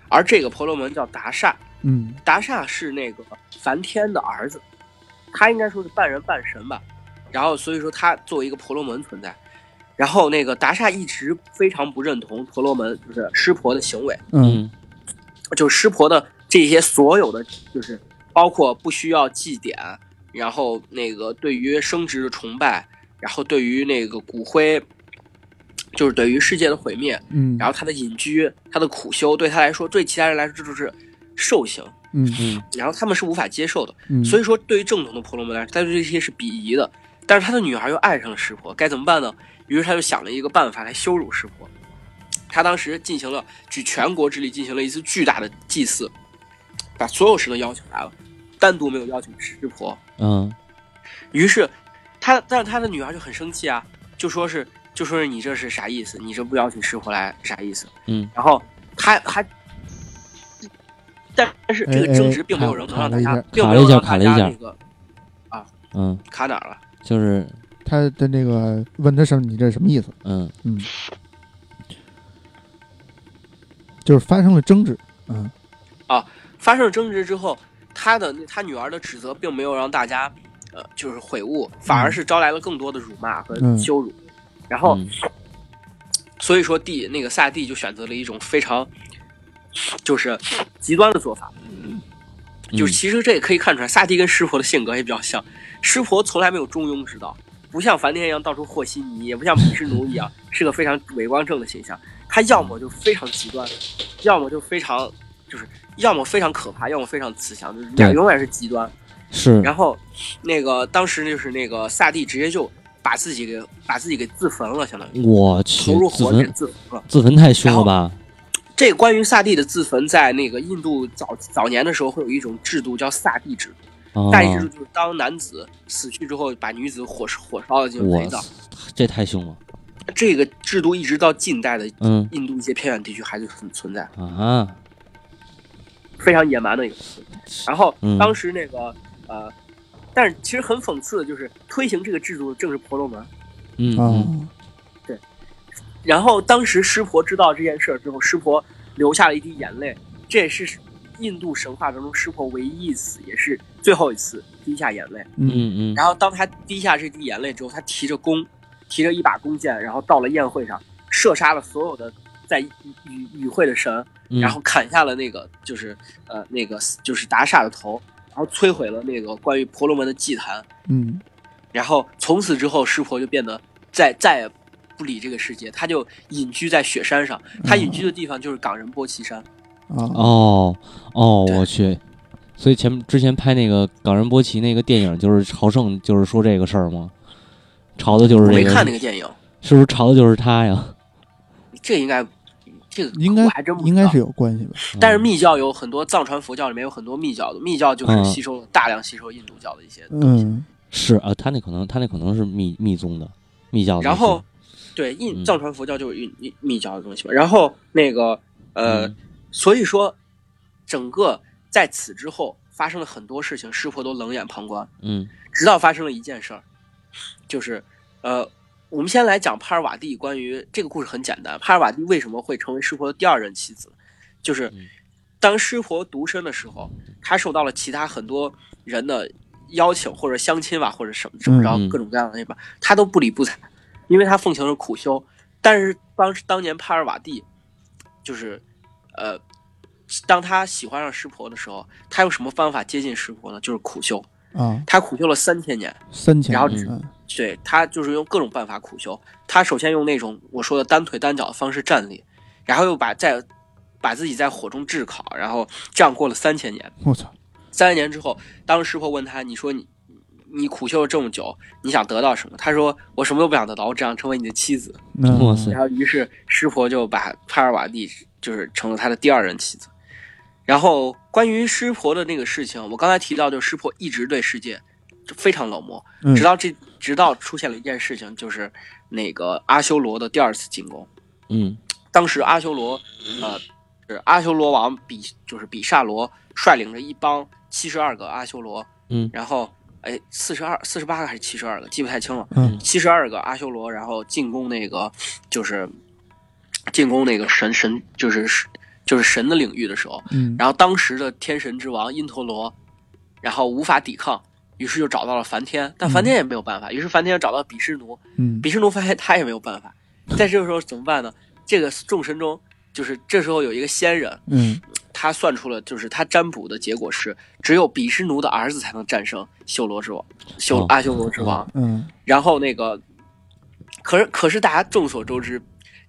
C: 而这个婆罗门叫达刹，
A: 嗯
C: 达刹是那个梵天的儿子，他应该说是半人半神吧。然后所以说他作为一个婆罗门存在，然后那个达刹一直非常不认同婆罗门就是湿婆的行为，
A: 嗯
B: 嗯
C: 就是湿婆的这些所有的就是包括不需要祭典，然后那个对于生殖的崇拜，然后对于那个骨灰，就是对于世界的毁灭，
A: 嗯，
C: 然后他的隐居，他的苦修，对他来说，对其他人来说这就是受刑，
A: 嗯
B: 嗯
C: 然后他们是无法接受的。
A: 嗯，
C: 所
A: 以
C: 以说，对于正统的婆罗门来说，他对这些是鄙夷的。但是他的女儿又爱上了湿婆，该怎么办呢？于是他就想了一个办法来羞辱湿婆。他当时进行了举全国之力进行了一次巨大的祭祀，把所有神都邀请来了，单独没有邀请湿婆。
B: 嗯
C: 于是他，但是他的女儿就很生气啊，就说是就说是你这是啥意思？你这不邀请湿婆来啥意思？
B: 嗯，
C: 然后他还。但是这
A: 哎
C: 个
A: 哎
C: 争执并没有
A: 卡卡
C: 让让
A: 了
C: 大
A: 一
C: 家
A: 下，
C: 并
B: 卡
C: 没
B: 了一
C: 有
B: 下
C: 让
B: 卡了
C: 大
B: 一
C: 家
B: 下
C: 那个
B: 嗯，
C: 卡哪儿了？
B: 就是
A: 他的那个问他什么，你这什么意思？
B: 嗯
A: 嗯，就是发生了争执。嗯
C: 发生了争执之后，他的他女儿的指责并没有让大家，呃，就是悔悟，反而是招来了更多的辱骂和
A: 嗯
C: 羞辱。然后，
B: 嗯
C: 所以说蒂那个萨蒂就选择了一种非常，就是极端的做法。
B: 嗯
C: 就是其实这也可以看出来，萨蒂跟湿婆的性格也比较像。湿婆从来没有中庸之道，不像梵天一样到处和稀泥，也不像毗湿奴一样是个非常伪光正的形象。他要么就非常极端，要么就非常就是要么非常可怕，要么非常慈祥，就是
B: 对嗯
C: 俩永远是极端。
B: 是
C: 然后那个当时就是那个萨蒂直接就把自己给把自己给自焚了，相当于
B: 我去
C: 投入，
B: 自
C: 火
B: 焚
C: 炼自焚了。
B: 自焚太凶了吧？
C: 这关于萨蒂的自焚，在那个印度早早年的时候，会有一种制度叫萨蒂制度。
B: 啊，
C: 大意制度就是当男子死去之后，把女子火火烧了进行
B: 我
C: 陪葬。
B: 这太凶了，
C: 这个制度一直到近代的
B: 嗯
C: 印度一些偏远地区还是存存在，
B: 啊，
C: 非常野蛮的一个制度。然后
B: 嗯
C: 当时那个、呃，但是其实很讽刺的就是，推行这个制度的正是婆罗门。
B: 嗯嗯
A: 啊
C: 然后当时湿婆知道这件事儿之后，湿婆流下了一滴眼泪，这也是印度神话当中湿婆唯一一次，也是最后一次滴下眼泪。
B: 嗯嗯，
C: 然后当他滴下这滴眼泪之后，他提着弓，提着一把弓箭，然后到了宴会上，射杀了所有的在与与与会的神，
B: 嗯
C: 然后砍下了那个就是呃那个就是达刹的头，然后摧毁了那个关于婆罗门的祭坛，
A: 嗯
C: 然后从此之后，湿婆就变得再再也不理这个世界，他就隐居在雪山上，
A: 嗯
C: 他隐居的地方就是冈仁波齐山。
A: 啊
B: 哦哦，
C: 对
B: 我去。所以前之前拍那个冈仁波齐那个电影，就是朝圣，就是说这个事儿吗？朝的就是
C: 我
B: 这
C: 没
B: 个。
C: 看那个电影，
B: 是不是朝的就是他呀？
C: 这应该这个
A: 应该
C: 我还真不知
A: 应
C: 道
A: 该是有关系吧？
C: 但是密教有很多藏传佛教里面有很多密教的，密教就是吸收了大量吸收印度教的一些东西。
A: 嗯，
B: 是啊，他那可能他那可能是密密宗的密教的。
C: 然后对印
B: 嗯
C: 藏传佛教就是印印密教的东西嘛。然后那个呃，
B: 嗯
C: 所以说整个在此之后发生了很多事情，师婆都冷眼旁观，
B: 嗯
C: 直到发生了一件事儿，就是呃。我们先来讲帕尔瓦蒂关于这个故事很简单，帕尔瓦蒂为什么会成为湿婆的第二任妻子，就是
B: 嗯
C: 当湿婆独身的时候，他受到了其他很多人的邀请或者相亲吧，或者什么怎么着
B: 嗯嗯
C: 各种各样的那吧，他都不理不睬，因为他奉行是苦修。但是当时当年帕尔瓦蒂，就是呃，当他喜欢上湿婆的时候，他用什么方法接近湿婆呢？就是苦修，
A: 啊，
C: 他苦修了三千年。
A: 三千，
C: 然后
A: 嗯
C: 对他就是用各种办法苦修。他首先用那种我说的单腿单脚的方式站立，然后又把在把自己在火中炙烤，然后这样过了三千年。
A: 我操，
C: 三千年之后，当时师傅问他：“你说你你苦修了这么久，你想得到什么？”他说：“我什么都不想得到，我只想成为你的妻子。”
A: 那
B: 哇塞对
C: 然后于是湿婆就把帕尔瓦蒂就是成了他的第二任妻子。然后关于湿婆的那个事情，我刚才提到，就是湿婆一直对世界就非常冷漠，
A: 嗯
C: 直到这直到出现了一件事情，就是那个阿修罗的第二次进攻。
B: 嗯
C: 当时阿修罗，呃，是阿修罗王比就是比萨罗率领着一帮七十二个阿修罗，
B: 嗯
C: 然后哎四十二四十八个还是七十二个，记不太清了。
A: 嗯
C: 七十二个阿修罗，然后进攻那个就是进攻那个神神就是就是神的领域的时候，
A: 嗯，
C: 然后当时的天神之王因陀罗，然后无法抵抗，于是就找到了梵天，但梵天也没有办法，于是梵天就找到比湿奴，
A: 嗯
C: 比湿奴发现 他也没有办法，在这个时候怎么办呢？这个众神中，就是这时候有一个仙人，
A: 嗯
C: 他算出了，就是他占卜的结果是，只有比湿奴的儿子才能战胜修罗之王，修
B: 哦
C: 阿修罗之王。
A: 嗯
C: 然后那个，可是可是大家众所周知，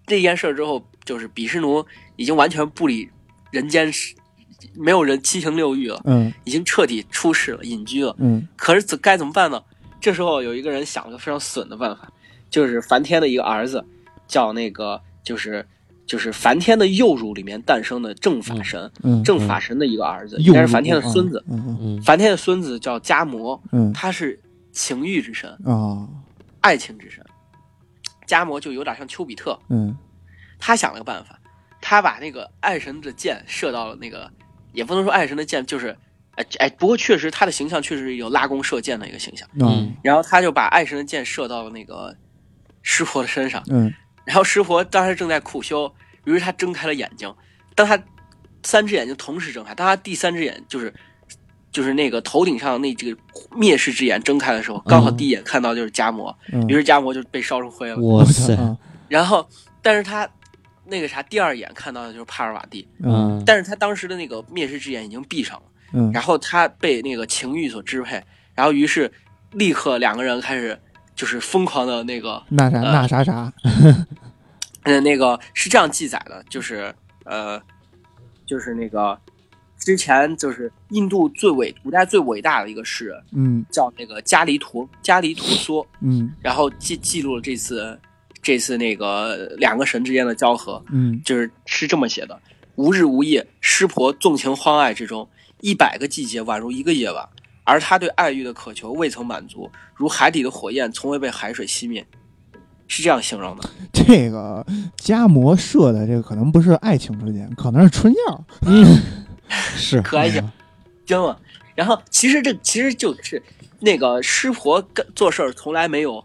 C: 这件事儿之后，就是比湿奴已经完全不理人间世，没有人七情六欲了，
A: 嗯
C: 已经彻底出世了，隐居了。
A: 嗯
C: 可是怎该怎么办呢？这时候有一个人想了个非常损的办法，就是梵天的一个儿子，叫那个就是就是梵天的幼乳里面诞生的正法神，
A: 嗯，
C: 正法神的一个儿子，应
A: 又
C: 该是梵天的孙子。，
A: 嗯
B: 嗯
C: 梵天的孙子叫迦摩，
A: 嗯
C: 他是情欲之神。
A: 嗯啊
C: 爱情之神。迦摩就有点像丘比特，
A: 嗯
C: 他想了个办法，他把那个爱神的箭射到了那个，也不能说爱神的箭，就是，哎哎，不过确实他的形象确实有拉弓射箭的一个形象。
A: 嗯
C: 然后他就把爱神的箭射到了那个湿婆的身上，
A: 嗯
C: 然后湿婆当时正在苦修，于是他睁开了眼睛，当他三只眼睛同时睁开，当他第三只眼就是就是那个头顶上那这个灭世之眼睁开的时候，刚好
B: 嗯
C: 第一眼看到就是迦摩，
A: 嗯，啊
C: 于是迦摩就被烧成灰了。
B: 哇塞，
C: 然后，但是他那个啥，第二眼看到的就是帕尔瓦蒂，
A: 嗯
B: 嗯
C: 但是他当时的那个灭世之眼已经闭上了，
A: 嗯
C: 然后他被那个情欲所支配，然后于是立刻两个人开始就是疯狂的那个，
A: 那啥那啥啥，
C: 呃，那个是这样记载的，就是呃，就是那个之前就是印度最伟古代最伟大的一个诗人
A: 嗯
C: 叫那个加里图加里图梭，
A: 嗯
C: 然后记记录了这次这次那个两个神之间的交合，
A: 嗯
C: 就是是这么写的：无日无夜，湿婆纵情欢爱之中，一百个季节宛如一个夜晚，而他对爱欲的渴求未曾满足，如海底的火焰从未被海水熄灭。是这样形容的，
A: 这个加摩射的这个可能不是爱情之箭，可能是春药，
B: 是
C: 可爱一点，真的。然后其实这其实就是那个湿婆跟做事儿从来没有，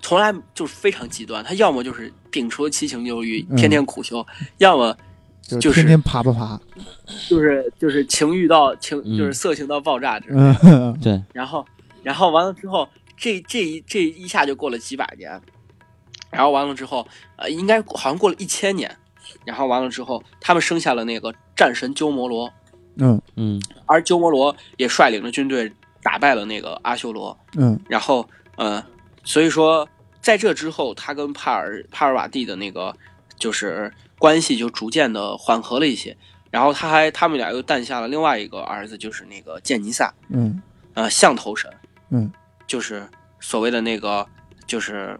C: 从来就是非常极端，他要么就是摒除七情六欲，
A: 嗯
C: 天天苦修，要么
A: 就
C: 就是是
A: 天天爬爬爬，
C: 就是就是情欲到情
B: 嗯
C: 就是色情到爆炸这种。
A: 嗯
B: 对，
C: 然后，然后完了之后，这这一这一下就过了几百年，然后完了之后，呃，应该好像过了一千年，然后完了之后，他们生下了那个战神鸠摩罗，
A: 嗯
B: 嗯
C: 而鸠摩罗也率领着军队打败了那个阿修罗，
A: 嗯
C: 然后，呃，所以说在这之后，他跟帕尔帕尔瓦蒂的那个就是关系就逐渐的缓和了一些，然后他还他们俩又诞下了另外一个儿子，就是那个剑尼萨，
A: 嗯
C: 呃象头神，
A: 嗯，
C: 就是所谓的那个就是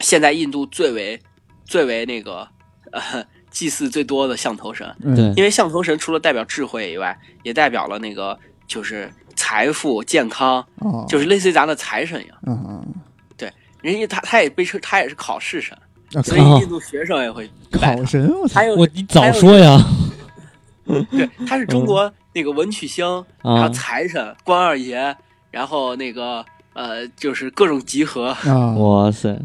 C: 现在印度最为最为那个呃祭祀最多的象头神，
A: 嗯
B: 对，
C: 因为象头神除了代表智慧以外，也代表了那个就是财富、健康，
A: 哦，
C: 就是类似于咱的财神一样。
A: 嗯嗯，
C: 人家他他也被称他也是考试神，
A: 啊
C: 所以
B: 哦
C: 印度学生也会拜
A: 考
C: 他。
A: 神，我操嗯
C: 还，有
B: 我你早说呀
C: 对，他是中国那个文曲星，然
A: 哦
C: 后
B: 啊！
C: 财神、关二爷，然后那个呃，就是各种集合。
A: 啊，
B: 哇塞，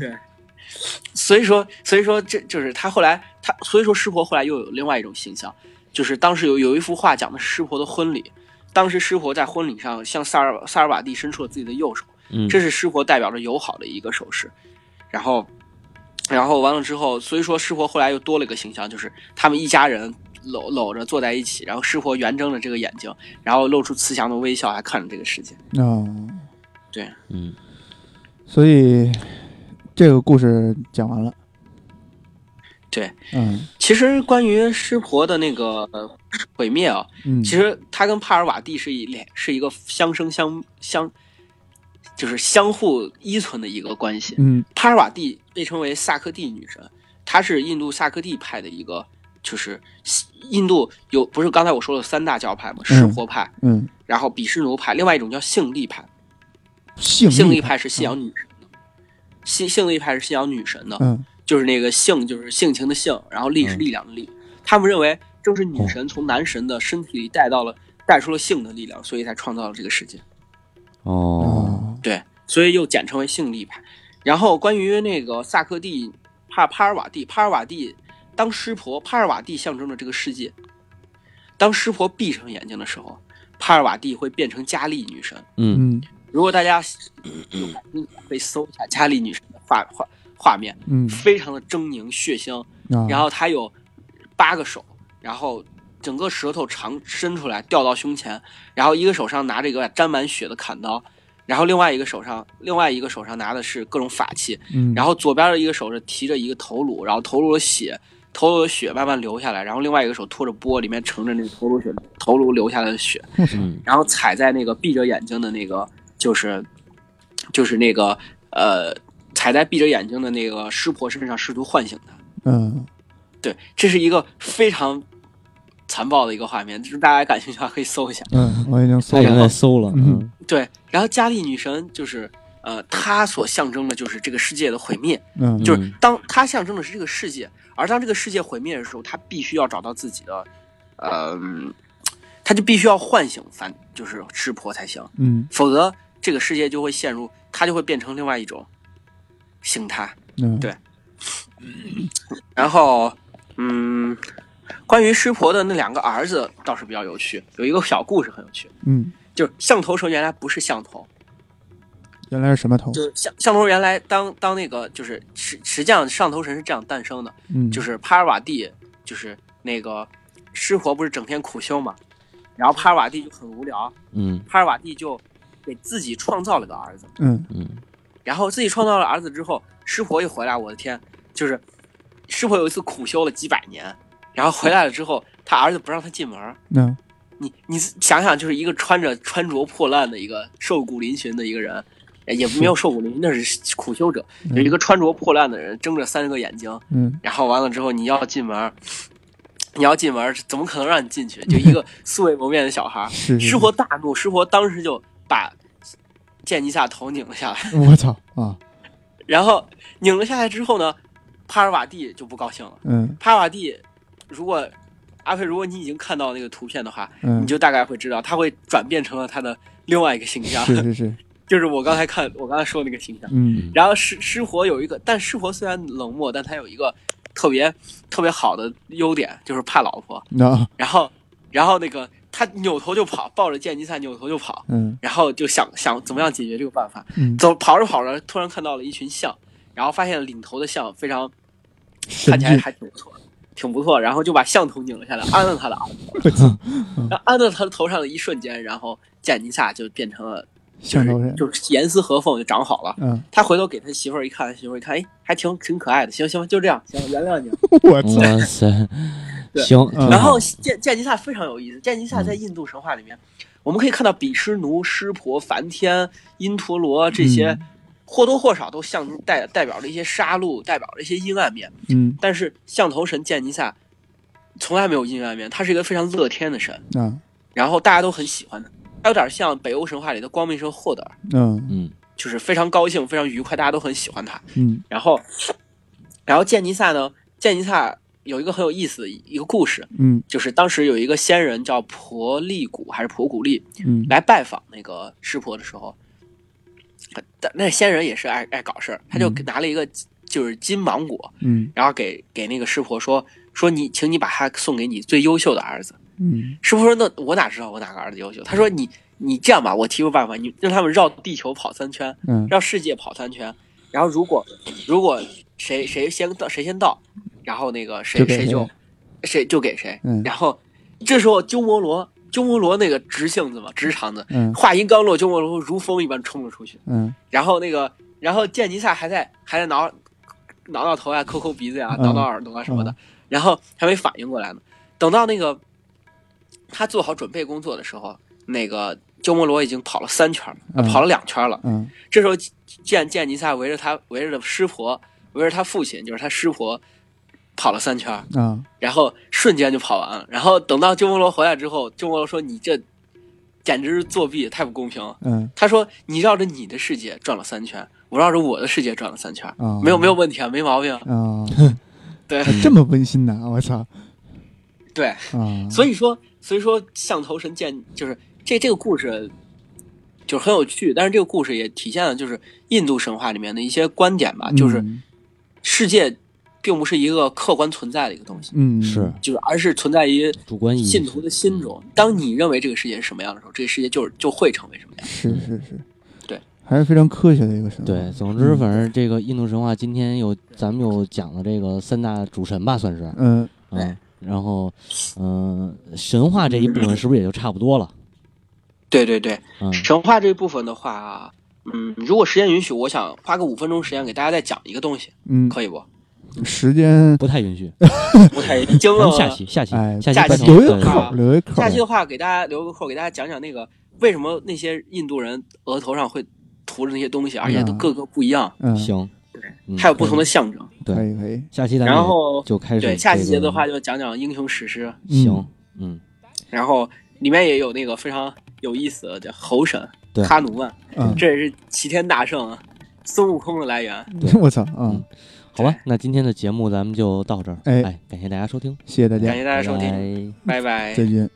C: 所以说，所以说这就是他后来他，所以说湿婆后来又有另外一种形象，就是当时有有一幅画讲的湿婆的婚礼。当时湿婆在婚礼上向萨尔萨尔瓦蒂伸出了自己的右手，
B: 嗯，
C: 这是湿婆代表着友好的一个手势。然后，然后完了之后，所以说湿婆后来又多了一个形象，就是他们一家人搂搂着坐在一起，然后湿婆圆睁着这个眼睛，然后露出慈祥的微笑，还看着这个世界。
A: 啊，
B: 嗯，
A: 所以这个故事讲完了。
C: 对，
A: 嗯
C: 其实关于湿婆的那个呃毁灭啊，
A: 嗯，
C: 其实他跟帕尔瓦蒂是一连是一个相生相相，就是相互依存的一个关系。
A: 嗯
C: 帕尔瓦蒂被称为萨克蒂女神，她是印度萨克蒂派的一个，就是印度有不是刚才我说的三大教派嘛，湿婆派，
A: 嗯，
C: 然后比湿奴派，另外一种叫性力派，
A: 性
C: 性力
A: 力
C: 派是
B: 嗯
C: 信仰女神的，性性力派是信仰女神的，
A: 嗯
C: 就是那个性就是性情的性，然后力
B: 嗯
C: 是
B: 哦
C: 力量的力。他们认为正是女神从男神的身体里带到了带出了性的力量，所以才创造了这个世界。
B: 哦，
A: 啊
C: 对，所以又简称为性力派。然后关于那个萨克蒂帕帕尔瓦蒂，帕尔瓦蒂当湿婆，帕尔瓦蒂象征着这个世界。当湿婆闭上眼睛的时候，帕尔瓦蒂会变成佳丽女神。
B: 嗯
A: 嗯
C: 如果大家有感兴趣，可以搜一下佳丽女神的画画画面，
A: 嗯
C: 非常的狰狞血腥，
A: 啊，
C: 嗯然后它有八个手，然后整个舌头长伸出来吊到胸前，然后一个手上拿着一个沾满血的砍刀，然后另外一个手上另外一个手上拿的是各种法器，
A: 嗯，
C: 然后左边的一个手是提着一个头颅，然后头颅的血。头颅的血慢慢流下来，然后另外一个手托着钵，里面盛着那个头颅血，头颅流下来的血，
A: 我操
B: 嗯
C: 然后踩在那个闭着眼睛的那个，就是，就是那个呃，踩在闭着眼睛的那个湿婆身上，试图唤醒他。
A: 嗯
C: 对，这是一个非常残暴的一个画面，就是大家感兴趣的话可以搜一下。
A: 嗯，我已经搜
B: 他已经
A: 了
B: 在搜了，
A: 嗯
B: 嗯
C: 对，然后佳丽女神就是呃，她所象征的就是这个世界的毁灭，
A: 嗯
C: 就是当她象征的是这个世界，而当这个世界毁灭的时候，她必须要找到自己的，呃，嗯她就必须要唤醒反就是湿婆才行，
A: 嗯
C: 否则这个世界就会陷入，她就会变成另外一种形态。
A: 嗯
C: 对然后，嗯，关于湿婆的那两个儿子倒是比较有趣，有一个小故事很有趣，
A: 嗯，
C: 就是象头神原来不是象头，
A: 原来是什么头
C: 就？是象象头原来当当那个就是实实际上上头神是这样诞生的，
A: 嗯，
C: 就是是帕尔瓦蒂，就是那个湿婆不是整天苦修嘛，然后帕尔瓦蒂就很无聊，
B: 嗯
C: 帕尔瓦蒂就给自己创造了个儿子，
A: 嗯
B: 嗯
C: 然后自己创造了儿子之后，师婆一回来，我的天，就是师婆有一次苦修了几百年，然后回来了之后，他儿子不让他进门儿。
A: 那
C: 你你想想，就是一个穿着穿着破烂的一个瘦骨嶙峋的一个人，呃也没有瘦骨嶙峋，那是苦修者，
A: 嗯
C: 有一个穿着破烂的人，睁着三个眼睛，
A: 嗯
C: 然后完了之后你要进门儿， 你要进门儿，怎么可能让你进去？就一个素未谋面的小孩儿，
A: 是
C: 师婆大怒，师婆当时就把剑尼萨头拧了下来。
A: 我操啊
C: 然后拧了下来之后呢，帕尔瓦蒂就不高兴了。
A: 嗯
C: 帕尔瓦蒂，如果阿飞，如果你已经看到那个图片的话，
A: 嗯
C: 你就大概会知道，他会转变成了他的另外一个形象，
A: 是是是
C: 就是我刚才看我刚才说的那个形象。
A: 嗯
C: 然后湿湿婆有一个，但湿婆虽然冷漠，但他有一个特别特别好的优点，就是怕老婆。
A: 那
C: 然后，然后那个他扭头就跑，抱着剑尼赛扭头就跑，
A: 嗯
C: 然后就想想怎么样解决这个办法。
A: 嗯
C: 走跑着跑着，突然看到了一群象，然后发现领头的象非常
A: 神
C: 看起来
A: 剧
C: 还挺不错，挺不错，然后就把象头拧了下来，安了他的耳朵，
A: 我 操
C: 然后安到他的头上的一瞬间，然后简尼萨就变成了就
A: 象头
C: 是
A: 神
C: 就是严丝合缝就长好了。
A: 嗯
C: 他回头给他媳妇儿一看，他媳妇儿一看，哎，还挺挺可爱的，行行，就这样，行，原谅你了。
A: 我操
B: 哇塞，
C: 对
B: 行，
A: 嗯
B: 挺
C: 然后
B: 好
C: 剑剑尼萨非常有意思，剑尼萨在印度神话里面，我们可以看到比湿奴、湿婆、梵天、因陀罗这些
A: 嗯
C: 或多或少都象代代表了一些杀戮，代表了一些阴暗面。
A: 嗯
C: 但是象头神剑尼萨从来没有阴暗面，他是一个非常乐天的神，
A: 啊
C: 然后大家都很喜欢他，他有点像北欧神话里的光明神霍德尔，
A: 嗯
B: 嗯
C: 就是非常高兴、非常愉快，大家都很喜欢他。
A: 嗯
C: 然后，然后剑尼萨呢，剑尼萨有一个很有意思的一个故事，
A: 嗯
C: 就是当时有一个仙人叫婆利古还是婆古利，
A: 嗯
C: 来拜访那个湿婆的时候，但那仙人也是爱爱搞事儿，他就
A: 嗯
C: 拿了一个就是金芒果，
A: 嗯
C: 然后给给那个湿婆说说你，请你把它送给你最优秀的儿子。
A: 嗯
C: 师傅说：“那我哪知道我哪个儿子优秀？”他说：“你你这样吧，我提个办法，你让他们绕地球跑三圈，
A: 嗯
C: 绕世界跑三圈，然后如果如果谁谁先到谁先到，然后那个谁
A: 就给
C: 谁
A: 谁
C: 就谁就给谁。
A: 嗯
C: 然后这时候鸠摩罗鸠摩罗那个直性子嘛，直肠子，
A: 嗯
C: 话音刚落，鸠摩罗如风一般冲了出去。
A: 嗯
C: 然后那个，然后剑尼萨还在还在挠挠挠头啊，抠抠鼻子呀、
A: 嗯
C: 挠挠耳朵啊什么的，然后还没反应过来呢。等到那个他做好准备工作的时候，那个鸠摩罗已经跑了三圈了，呃
A: 嗯
C: 跑了两圈了。
A: 嗯
C: 这时候剑剑尼萨围着他，围着湿婆，围着他父亲，就是他湿婆，跑了三圈，
A: 啊
C: 然后瞬间就跑完了。然后等到鸠摩罗回来之后，鸠摩罗说：“你这简直是作弊，太不公平了。”
A: 嗯
C: 他说：“你绕着你的世界转了三圈，我绕着我的世界转了三圈，
A: 啊，
C: 没有没有问题啊，没毛病啊。
A: 啊，
C: 对
A: 还这么温馨呢， 我操
C: 对，
A: 啊！
C: 所以说所以说象头神剑就是这这个故事，就是很有趣，但是这个故事也体现了就是印度神话里面的一些观点吧，啊就是
A: 嗯
C: 世界并不是一个客观存在的一个东西，
A: 嗯
B: 是
C: 就是而是存在于
B: 主观意义
C: 信徒的心中。当你认为这个世界是什么样的时候，这个世界就是就会成为什么样。
A: 是是是，
C: 对，
A: 还是非常科学的一个神话。
B: 嗯对，总之
A: 嗯
B: 反正这个印度神话今天有咱们有讲的这个三大主神吧，算是
A: 嗯
B: 嗯，然后嗯、神话这一部分是不是也就差不多了？
C: 对对对，
B: 嗯
C: 神话这部分的话，嗯，如果时间允许，我想花个五分钟时间给大家再讲一个东西，
A: 嗯，
C: 可以不？
A: 时间
B: 不太允许，
C: 不太已经
B: 嗯咱
C: 了
B: 们。下期下期
A: 哎，
B: 下期
C: 嗯下
B: 再
C: 期
B: 聊
A: 留一
B: 对
A: 个
B: 对
A: 扣
C: 啊
A: 儿，留一个扣
C: 下
A: 儿
C: 期。的话，给大家留个扣，给大家讲讲那个为什么那些印度人额头上会涂着那些东西，而且都
A: 嗯
C: 各个不一样，
A: 嗯，
B: 行，嗯
C: 它有不同的象征。
B: 对
A: 可以嗯可以，
B: 下期咱们
C: 然后
B: 就开始
C: 对，下期
B: 这
C: 节
B: 个
C: 的话就讲讲英雄史诗，
A: 嗯
B: 行，嗯，
C: 然后里面也有那个非常有意思的叫猴神
B: 对
C: 哈努曼，
A: 嗯，
C: 这也是齐天大圣啊，孙悟空的来源。
B: 对
A: 我操啊
B: 嗯！好吧，那今天的节目咱们就到这儿，
A: 哎
B: 哎，感谢大家收听，
A: 谢谢大
C: 感
A: 家，
C: 谢大家收听，
B: 听。
C: 拜拜
A: 再见。